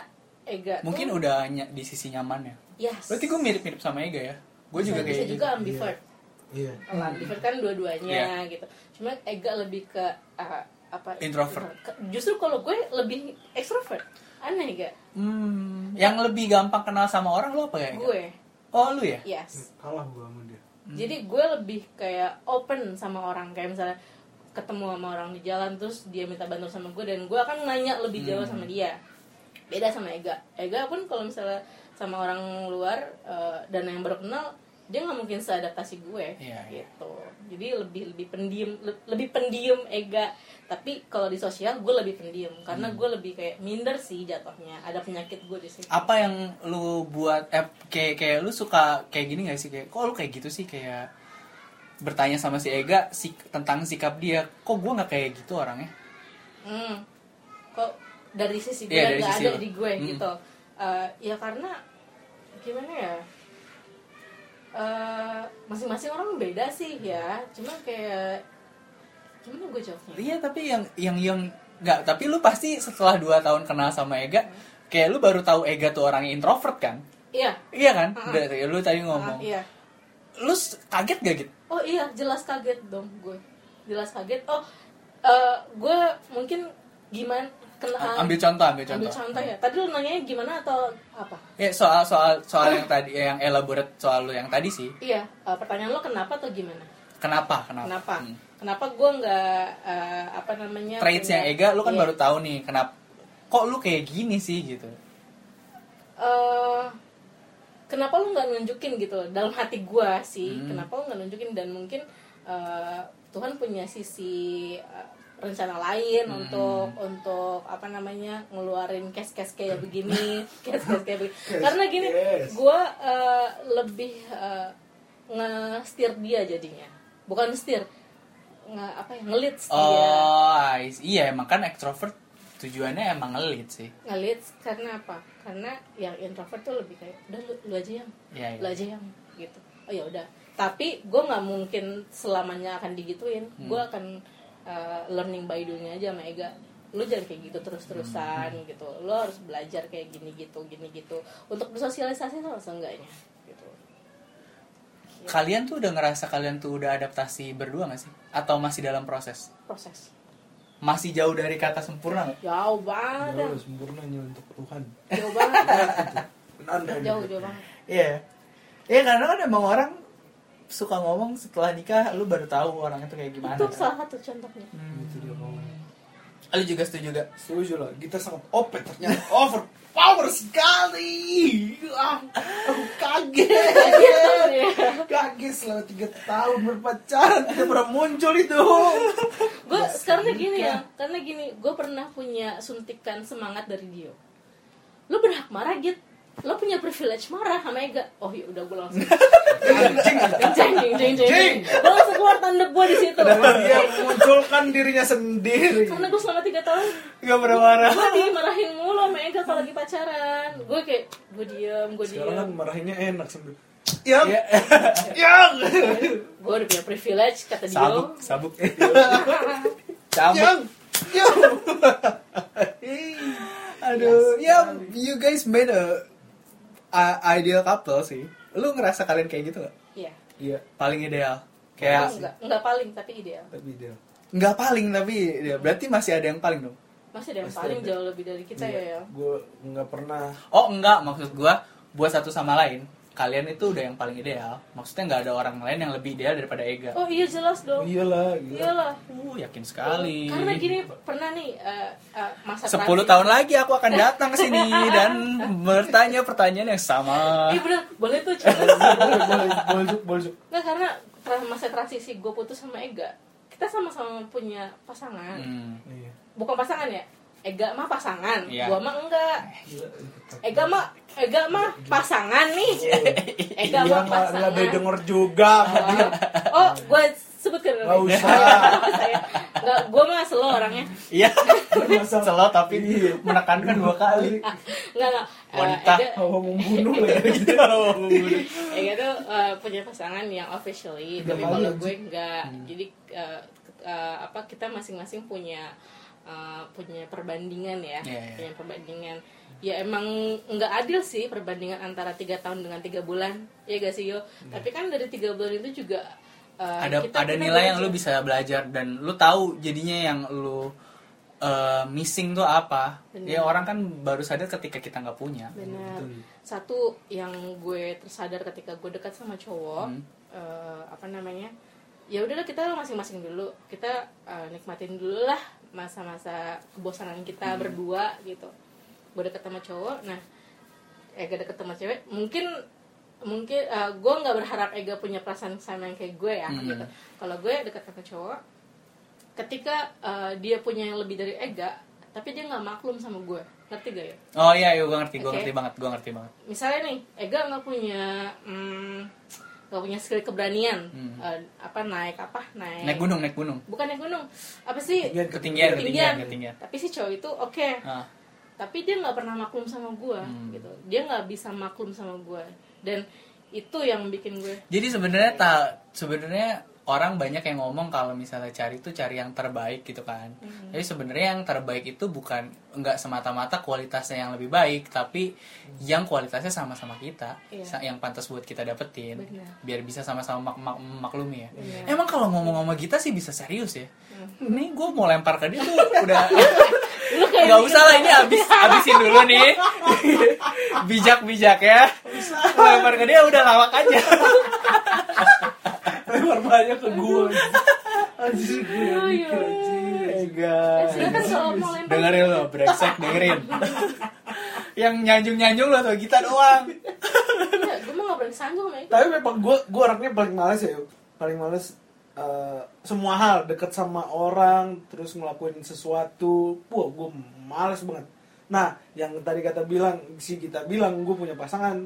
[SPEAKER 3] Ega
[SPEAKER 1] Hmm. Mungkin
[SPEAKER 3] tuh,
[SPEAKER 1] udah ny- di sisi nyamannya.
[SPEAKER 3] yes.
[SPEAKER 1] Berarti gue mirip-mirip sama Ega ya. Gue
[SPEAKER 3] Bisa-
[SPEAKER 1] juga kayak
[SPEAKER 3] bisa
[SPEAKER 1] gitu. Hmm. Iya.
[SPEAKER 3] juga ambivert.
[SPEAKER 2] iya
[SPEAKER 3] Kalau ambivert kan dua-duanya gitu. Cuma Ega lebih ke uh, apa?
[SPEAKER 1] Introvert.
[SPEAKER 3] Ke- Justru kalau gue lebih extrovert. Aneh gak?
[SPEAKER 1] Hmm, yang lebih gampang kenal sama orang lo apa ya? Ega?
[SPEAKER 3] Gue,
[SPEAKER 1] Oh lu ya?
[SPEAKER 3] yes.
[SPEAKER 2] kalah gue sama dia
[SPEAKER 1] Hmm.
[SPEAKER 3] Jadi gue lebih kayak open sama orang kayak misalnya ketemu sama orang di jalan terus dia minta bantuan sama gue dan gue akan nanya lebih jauh
[SPEAKER 1] Hmm.
[SPEAKER 3] sama dia. Beda sama Ega. Ega pun kalau misalnya sama orang luar eh, dan yang baru kenal dia nggak mungkin seadaptasi gue
[SPEAKER 1] Iya, iya.
[SPEAKER 3] gitu jadi lebih lebih pendiam le- lebih pendiam Ega tapi kalau di sosial gue lebih pendiam karena
[SPEAKER 1] Hmm.
[SPEAKER 3] gue lebih kayak minder sih jatuhnya ada penyakit gue di sini
[SPEAKER 1] apa yang lu buat eh, kayak kayak lu suka kayak gini gak sih kayak kok lu kayak gitu sih kayak bertanya sama si Ega sik- tentang sikap dia kok gua nggak kayak gitu orangnya
[SPEAKER 3] Hmm. Kok dari sisi gue
[SPEAKER 1] Iya, dari
[SPEAKER 3] nggak
[SPEAKER 1] sisi
[SPEAKER 3] ada
[SPEAKER 1] lo.
[SPEAKER 3] di gue
[SPEAKER 1] Hmm.
[SPEAKER 3] gitu. Eh, ya karena gimana ya? Eh, masing-masing orang beda sih ya. Cuma kayak gimana gue jawabnya?
[SPEAKER 1] iya tapi yang yang yang nggak tapi lu pasti setelah dua tahun kenal sama Ega kayak lu baru tahu Ega tuh orangnya introvert kan
[SPEAKER 3] Iya.
[SPEAKER 1] iya kan
[SPEAKER 3] Mm-mm.
[SPEAKER 1] Udah, kayak lu tadi
[SPEAKER 3] ah,
[SPEAKER 1] ngomong
[SPEAKER 3] iya.
[SPEAKER 1] lu s- kaget gak gitu
[SPEAKER 3] Oh iya, jelas kaget dong gue. Jelas kaget. Oh, eh, gue mungkin gimana
[SPEAKER 1] A-
[SPEAKER 3] kenal
[SPEAKER 1] ambil contoh ambil contoh
[SPEAKER 3] Ah. ambil contoh ya. Tadi lu nanya gimana atau apa?
[SPEAKER 1] ya soal soal soal yang tadi yang elaborate soal lu yang tadi sih
[SPEAKER 3] Iya, eh, pertanyaan lo kenapa atau gimana?
[SPEAKER 1] kenapa kenapa,
[SPEAKER 3] kenapa
[SPEAKER 1] Hmm.
[SPEAKER 3] kenapa gue nggak eh, apa namanya
[SPEAKER 1] traits
[SPEAKER 3] punya-
[SPEAKER 1] yang Ega lu kan
[SPEAKER 3] Iya.
[SPEAKER 1] baru tahu nih kenapa kok lu kayak gini sih gitu
[SPEAKER 3] Eh, kenapa lu nggak nunjukin gitu loh, dalam hati gue sih
[SPEAKER 1] Hmm.
[SPEAKER 3] kenapa lu nggak nunjukin dan mungkin eh, Tuhan punya sisi eh, rencana lain
[SPEAKER 1] Hmm.
[SPEAKER 3] untuk untuk apa namanya ngeluarin kes-kes kayak begini kes-kes kayak begini karena gini
[SPEAKER 2] Kes-kes.
[SPEAKER 3] gue eh, lebih eh, nge-steer dia jadinya bukan steer nge apa ya ngelit dia
[SPEAKER 1] oh I see. iya emang kan extrovert tujuannya emang ngelit sih
[SPEAKER 3] ngelit karena apa karena yang introvert tuh lebih kayak udah lu, lu aja yang
[SPEAKER 1] Iya, iya.
[SPEAKER 3] lu aja yang gitu oh ya udah tapi gue nggak mungkin selamanya akan digituin gue akan uh, learning by doing-nya aja sama Ega lu jangan kayak gitu terus terusan gitu lu harus belajar kayak gini gitu gini gitu untuk bersosialisasi tuh harus enggaknya gitu
[SPEAKER 1] kalian tuh udah ngerasa kalian tuh udah adaptasi berdua gak sih atau masih dalam proses
[SPEAKER 3] proses
[SPEAKER 1] masih jauh dari kata sempurna nggak?
[SPEAKER 3] jauh banget
[SPEAKER 2] Jauh sempurnanya untuk Tuhan.
[SPEAKER 3] jauh banget
[SPEAKER 2] Anda
[SPEAKER 3] jauh jauh banget
[SPEAKER 1] Iya. Iya karena kan emang orang suka ngomong setelah nikah lu baru tahu orangnya tuh kayak gimana. kan?
[SPEAKER 3] itu salah satu contohnya
[SPEAKER 2] Itu Gitu dia ngomong.
[SPEAKER 1] Lu juga setuju gak?
[SPEAKER 2] Setuju lah, kita sangat open ternyata overpower sekali. Ah, aku kaget. kaget selama tiga tahun berpacaran tidak pernah muncul itu.
[SPEAKER 3] gue karena gini ya karena gini gue pernah punya suntikan semangat dari Dio lo berhak marah git lo punya privilege marah sama Ega oh ya udah gue langsung jeng jeng jeng jeng, jeng gue langsung keluar tanda gue di situ
[SPEAKER 2] Dia memunculkan dirinya sendiri.
[SPEAKER 3] karena gue selama tiga tahun
[SPEAKER 1] Gak pernah marah.
[SPEAKER 3] gue dimarahin mulu sama Ega kalau lagi pacaran gue kayak gue diem gue
[SPEAKER 2] Sekarang
[SPEAKER 3] diem
[SPEAKER 2] kan marahinnya enak sambil. "Ya, Yang,
[SPEAKER 1] Iya.
[SPEAKER 2] yang,
[SPEAKER 3] gue udah punya privilege kata
[SPEAKER 1] Sabuk,
[SPEAKER 3] Dio
[SPEAKER 1] sabuk. Sabuk.
[SPEAKER 2] yang, yang.
[SPEAKER 1] Aduh, ya you guys made a, a- ideal couple sih. Lu ngerasa kalian kayak gitu gak?
[SPEAKER 3] Iya
[SPEAKER 2] Iya,
[SPEAKER 1] Paling ideal.
[SPEAKER 3] ya.
[SPEAKER 1] Kayak
[SPEAKER 3] enggak enggak paling tapi ideal
[SPEAKER 2] tapi dia.
[SPEAKER 1] nggak paling tapi ya, berarti masih ada yang paling dong.
[SPEAKER 3] masih ada yang paling jauh lebih dari kita
[SPEAKER 2] Iya.
[SPEAKER 3] ya ya
[SPEAKER 2] Gue nggak pernah
[SPEAKER 1] Oh enggak, maksud gua buat satu sama lain kalian itu udah yang paling ideal. Maksudnya nggak ada orang lain yang lebih ideal daripada Ega.
[SPEAKER 3] oh iya jelas dong
[SPEAKER 2] Iyalah, gila.
[SPEAKER 3] iyalah
[SPEAKER 1] Uh, yakin sekali.
[SPEAKER 3] Karena gini pernah nih eh, eh, masa
[SPEAKER 1] Sepuluh
[SPEAKER 3] transi-
[SPEAKER 1] tahun lagi aku akan datang ke sini dan bertanya pertanyaan yang sama.
[SPEAKER 3] Iya bener, boleh tuh cerita.
[SPEAKER 2] Boljuk, boljuk.
[SPEAKER 3] Nggak karena tra- masa transisi gue putus sama Ega, kita sama-sama punya pasangan.
[SPEAKER 1] Hmm.
[SPEAKER 2] Iya.
[SPEAKER 3] Bukan pasangan ya, Ega mah pasangan,
[SPEAKER 1] Iya.
[SPEAKER 3] gua mah enggak.
[SPEAKER 2] Gila.
[SPEAKER 3] Ega mah, Ega mah pasangan nih.
[SPEAKER 2] Iya,
[SPEAKER 3] Ega mah
[SPEAKER 2] nggak nggak
[SPEAKER 3] pasangan.
[SPEAKER 2] boleh denger juga.
[SPEAKER 3] Oh, oh gue sebutkan
[SPEAKER 2] Nggak usah.
[SPEAKER 3] Nggak, gue mah slow orangnya.
[SPEAKER 1] Iya.
[SPEAKER 2] Masa-
[SPEAKER 1] Selo tapi
[SPEAKER 2] Iya.
[SPEAKER 1] menekankan Kan dua kali.
[SPEAKER 3] Nggak, nggak. Eh,
[SPEAKER 1] Wanita.
[SPEAKER 3] Ega-
[SPEAKER 2] Hawa membunuh lah.
[SPEAKER 1] Gitu.
[SPEAKER 3] Ega tuh uh, punya pasangan yang officially tapi
[SPEAKER 2] Udah malu,
[SPEAKER 3] kalau
[SPEAKER 2] anjing.
[SPEAKER 3] gue enggak
[SPEAKER 1] Hmm.
[SPEAKER 3] jadi uh, ke- uh, apa kita masing-masing punya uh, punya perbandingan
[SPEAKER 1] Iya,
[SPEAKER 3] ya
[SPEAKER 1] iya.
[SPEAKER 3] punya perbandingan ya emang nggak adil sih perbandingan antara tiga tahun dengan tiga bulan ya gak sih yo tapi kan dari tiga bulan itu juga uh,
[SPEAKER 1] Hmm. ada
[SPEAKER 3] kita-
[SPEAKER 1] ada
[SPEAKER 3] kita
[SPEAKER 1] nilai yang lu
[SPEAKER 3] belajar.
[SPEAKER 1] bisa belajar dan lu tahu jadinya yang lu eh, missing tuh apa. Ya orang kan baru sadar ketika kita nggak punya.
[SPEAKER 3] benar
[SPEAKER 2] Betul.
[SPEAKER 3] satu yang gue tersadar ketika gue dekat sama cowok eh, apa namanya ya udahlah kita masing-masing dulu kita eh, nikmatin dulu lah masa-masa kebosanan kita berdua gitu gue deket sama cowok nah eh gak deket sama cewek mungkin mungkin eh, gue nggak berharap Ega punya perasaan sama yang kayak gue ya
[SPEAKER 1] Hmm.
[SPEAKER 3] gitu. kalau gue dekat sama cowok ketika eh, dia punya yang lebih dari Ega tapi dia nggak maklum sama gue ngerti gak ya
[SPEAKER 1] Oh iya, iya gue ngerti, gue
[SPEAKER 3] Oke.
[SPEAKER 1] ngerti banget, gue ngerti banget.
[SPEAKER 3] misalnya nih Ega nggak punya hmm, nggak punya skill keberanian
[SPEAKER 1] Hmm.
[SPEAKER 3] Eh, apa naik apa naik,
[SPEAKER 1] Naik gunung, naik gunung.
[SPEAKER 3] bukan naik gunung apa sih
[SPEAKER 1] Ketinggian,
[SPEAKER 2] Ketinggian,
[SPEAKER 1] ketinggian, ketinggian.
[SPEAKER 3] tapi si cowok itu oke
[SPEAKER 1] Ah,
[SPEAKER 3] tapi dia nggak pernah maklum sama gue
[SPEAKER 1] Hmm.
[SPEAKER 3] gitu dia nggak bisa maklum sama gue dan itu yang bikin gue
[SPEAKER 1] Jadi sebenarnya tak sebenarnya orang banyak yang ngomong kalau misalnya cari itu cari yang terbaik gitu kan.
[SPEAKER 3] Mm-hmm.
[SPEAKER 1] Jadi sebenarnya yang terbaik itu bukan nggak semata-mata kualitasnya yang lebih baik, tapi yang kualitasnya sama-sama kita,
[SPEAKER 3] Iya.
[SPEAKER 1] sa- yang pantas buat kita dapetin,
[SPEAKER 3] Benar.
[SPEAKER 1] biar bisa sama-sama mak- mak- maklumi ya.
[SPEAKER 3] Iya. Mm.
[SPEAKER 1] Emang kalau ngomong sama kita sih bisa serius ya. Ini gue mau lempar ke dia tuh udah
[SPEAKER 3] lu kayak
[SPEAKER 1] nggak
[SPEAKER 3] bikin-
[SPEAKER 1] usah lah ini habis habisin dulu nih bijak-bijak ya. Lempar ke dia udah lawak aja.
[SPEAKER 2] Lempar banyak ke gue. Anjir gue yang
[SPEAKER 3] Ayo.
[SPEAKER 2] mikir anjir.
[SPEAKER 3] Eh, silakan kalau mau lempar
[SPEAKER 1] dengerin lo brengsek dengerin yang nyanjung nyanjung lo atau kita doang
[SPEAKER 3] Enggak, gue mah nggak berani sanjung Mei.
[SPEAKER 2] Tapi memang gue gue orangnya paling males ya. Yuk. Paling males eh, semua hal deket sama orang terus ngelakuin sesuatu. Wah gue males banget. Nah yang tadi kata bilang si kita bilang gue punya pasangan.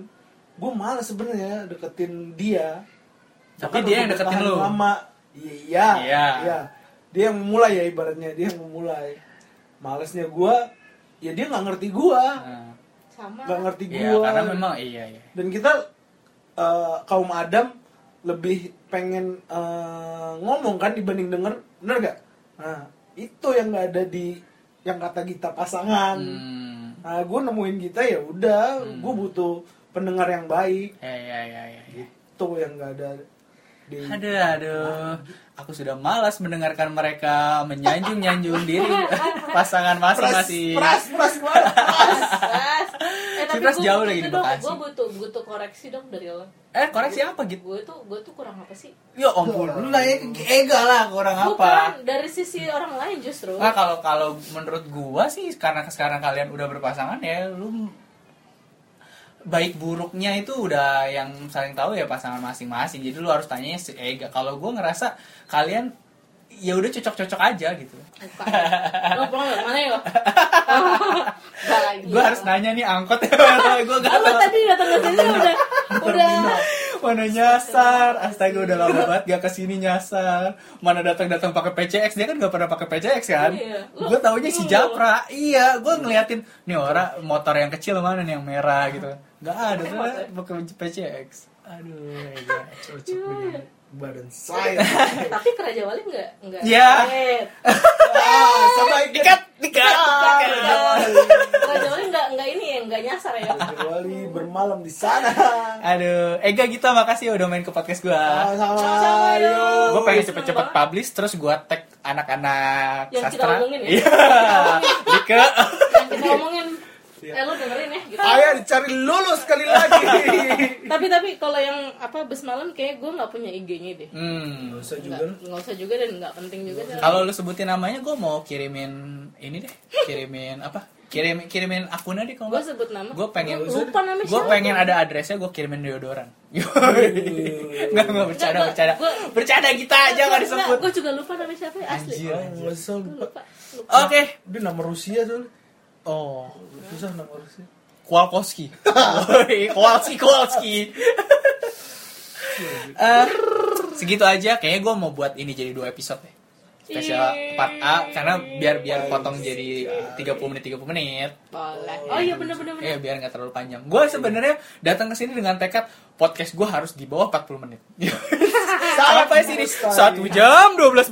[SPEAKER 2] Gue males sebenarnya deketin dia.
[SPEAKER 1] Tapi
[SPEAKER 2] Bahkan
[SPEAKER 1] dia yang
[SPEAKER 2] untuk
[SPEAKER 1] deketin
[SPEAKER 2] bertahan
[SPEAKER 1] lu.
[SPEAKER 2] Lama. Iya.
[SPEAKER 1] Iya.
[SPEAKER 2] Iya. Dia yang memulai ya ibaratnya dia yang memulai. Malesnya gue ya dia nggak ngerti gue.
[SPEAKER 3] sama
[SPEAKER 2] Nggak ngerti gue
[SPEAKER 1] ya karena memang Nah. iya iya
[SPEAKER 2] dan kita eh, kaum Adam lebih pengen eh, ngomong kan dibanding denger bener gak nah itu yang nggak ada di yang kata kita pasangan
[SPEAKER 1] hmm.
[SPEAKER 2] nah gue nemuin kita ya udah gue butuh pendengar yang baik
[SPEAKER 1] ya ya ya ya ya.
[SPEAKER 2] itu yang nggak ada di
[SPEAKER 1] aduh aduh aku sudah malas mendengarkan mereka menyanjung nyanjung diri pasangan masing-masing
[SPEAKER 2] pras pras pras
[SPEAKER 3] Pras. eh tapi
[SPEAKER 1] Pras
[SPEAKER 3] gue
[SPEAKER 1] jauh lagi di Bekasi.
[SPEAKER 3] gue butuh butuh koreksi dong dari lo
[SPEAKER 1] eh koreksi apa gitu
[SPEAKER 3] gue tuh gue tuh kurang apa sih
[SPEAKER 1] ya ampun lu lah ya, ega lah kurang apa
[SPEAKER 3] bukan dari sisi orang lain justru
[SPEAKER 1] Nah, kalau kalau menurut gua sih karena sekarang kalian udah berpasangan ya lu baik buruknya itu udah yang saling tahu ya pasangan masing-masing. Jadi lu harus tanya si Ega. Kalau gua ngerasa kalian ya udah cocok-cocok aja gitu.
[SPEAKER 3] Bukan. lo pulang dari mana ya lo Nggak lagi
[SPEAKER 1] Gua harus nanya nih angkot gua gak
[SPEAKER 3] Lo
[SPEAKER 1] tahu
[SPEAKER 3] tadi datang ke sini udah udah
[SPEAKER 1] mana nyasar. Astaga udah lama banget gak kesini nyasar. Mana datang-datang pakai PCX dia kan gak pernah pakai PCX kan?
[SPEAKER 3] Iya.
[SPEAKER 1] Gua taunya si
[SPEAKER 3] Lu-
[SPEAKER 1] Japra. Iya, gua ngeliatin nih orang motor yang kecil mana nih yang
[SPEAKER 3] Iya.
[SPEAKER 1] merah gitu. Gak ada tuh pakai PCX. Aduh, ya, cocok dengan
[SPEAKER 2] badan saya
[SPEAKER 3] tapi kerja wali nggak nggak
[SPEAKER 1] Iya.
[SPEAKER 3] Eh,
[SPEAKER 2] ah, sama
[SPEAKER 1] Dikat, dikat, dikat.
[SPEAKER 3] kerja wali nggak nggak ini ya nggak nyasar ya
[SPEAKER 2] kecuali bermalam di sana
[SPEAKER 1] Iya. Aduh, Ega Gita makasih ya udah main ke podcast gua.
[SPEAKER 2] sama-sama yuk
[SPEAKER 3] Oh,
[SPEAKER 1] Gue pengen cepet-cepet publish terus gua tag anak-anak
[SPEAKER 3] iya. Yang kita
[SPEAKER 1] sastra.
[SPEAKER 3] omongin ya?
[SPEAKER 1] Iya. Dika.
[SPEAKER 3] yang kita omongin eh lo dengerin ya gitu
[SPEAKER 2] Ayo dicari lulus sekali lagi.
[SPEAKER 3] tapi tapi kalau yang apa bus malam kayak gue nggak punya IG-nya deh
[SPEAKER 1] Hmm.
[SPEAKER 2] Bisa
[SPEAKER 3] nggak nggak usah juga dan nggak penting juga sih.
[SPEAKER 1] Kalau lu sebutin namanya, gue mau kirimin ini deh, kirimin apa? Kirim kirimin akunnya deh kalau
[SPEAKER 3] gue
[SPEAKER 1] nggak.
[SPEAKER 3] sebut nama
[SPEAKER 1] Gue pengen,
[SPEAKER 3] Gua lupa nama
[SPEAKER 1] gue
[SPEAKER 3] siapa.
[SPEAKER 1] pengen ada adresnya, gue kirimin deodoran. Nggak nggak bercanda
[SPEAKER 3] Nggak,
[SPEAKER 1] bercanda,
[SPEAKER 3] gua-
[SPEAKER 1] bercanda kita aja nggak Eh, disebut.
[SPEAKER 3] gue juga lupa nama siapa ya, asli
[SPEAKER 1] Anjir.
[SPEAKER 2] Ngesel.
[SPEAKER 3] Gua lupa lupa
[SPEAKER 1] Oke.
[SPEAKER 2] Dia nama Rusia soalnya.
[SPEAKER 1] Oh,
[SPEAKER 2] Susah nama Rusia.
[SPEAKER 1] Kowalkowski. Woi, Kowalski, Kowalski. Eh, segitu aja. Kayaknya gue mau buat ini jadi dua episode deh. Spesial 4A karena biar biar potong jadi 30 menit 30 menit.
[SPEAKER 3] boleh oh iya bener bener
[SPEAKER 1] Ya
[SPEAKER 3] bener
[SPEAKER 1] biar nggak terlalu panjang. Gue
[SPEAKER 3] Iya.
[SPEAKER 1] sebenarnya datang ke sini dengan tekad podcast gue harus di bawah 40 menit. Sampai sini
[SPEAKER 2] mustahil.
[SPEAKER 1] satu jam 12
[SPEAKER 3] Sangat
[SPEAKER 1] menit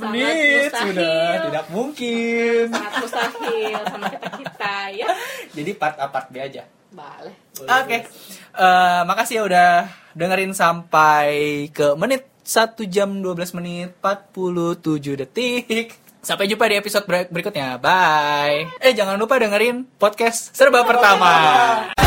[SPEAKER 3] mustahil.
[SPEAKER 1] sudah tidak mungkin.
[SPEAKER 3] sangat mustahil sama kita kita ya
[SPEAKER 1] Jadi part a part B aja.
[SPEAKER 3] boleh
[SPEAKER 1] Oke, Eh, makasih ya udah dengerin sampai ke menit 1 jam 12 menit 47 detik. Sampai jumpa di episode ber- berikutnya. Bye. Eh jangan lupa dengerin podcast serba pertama.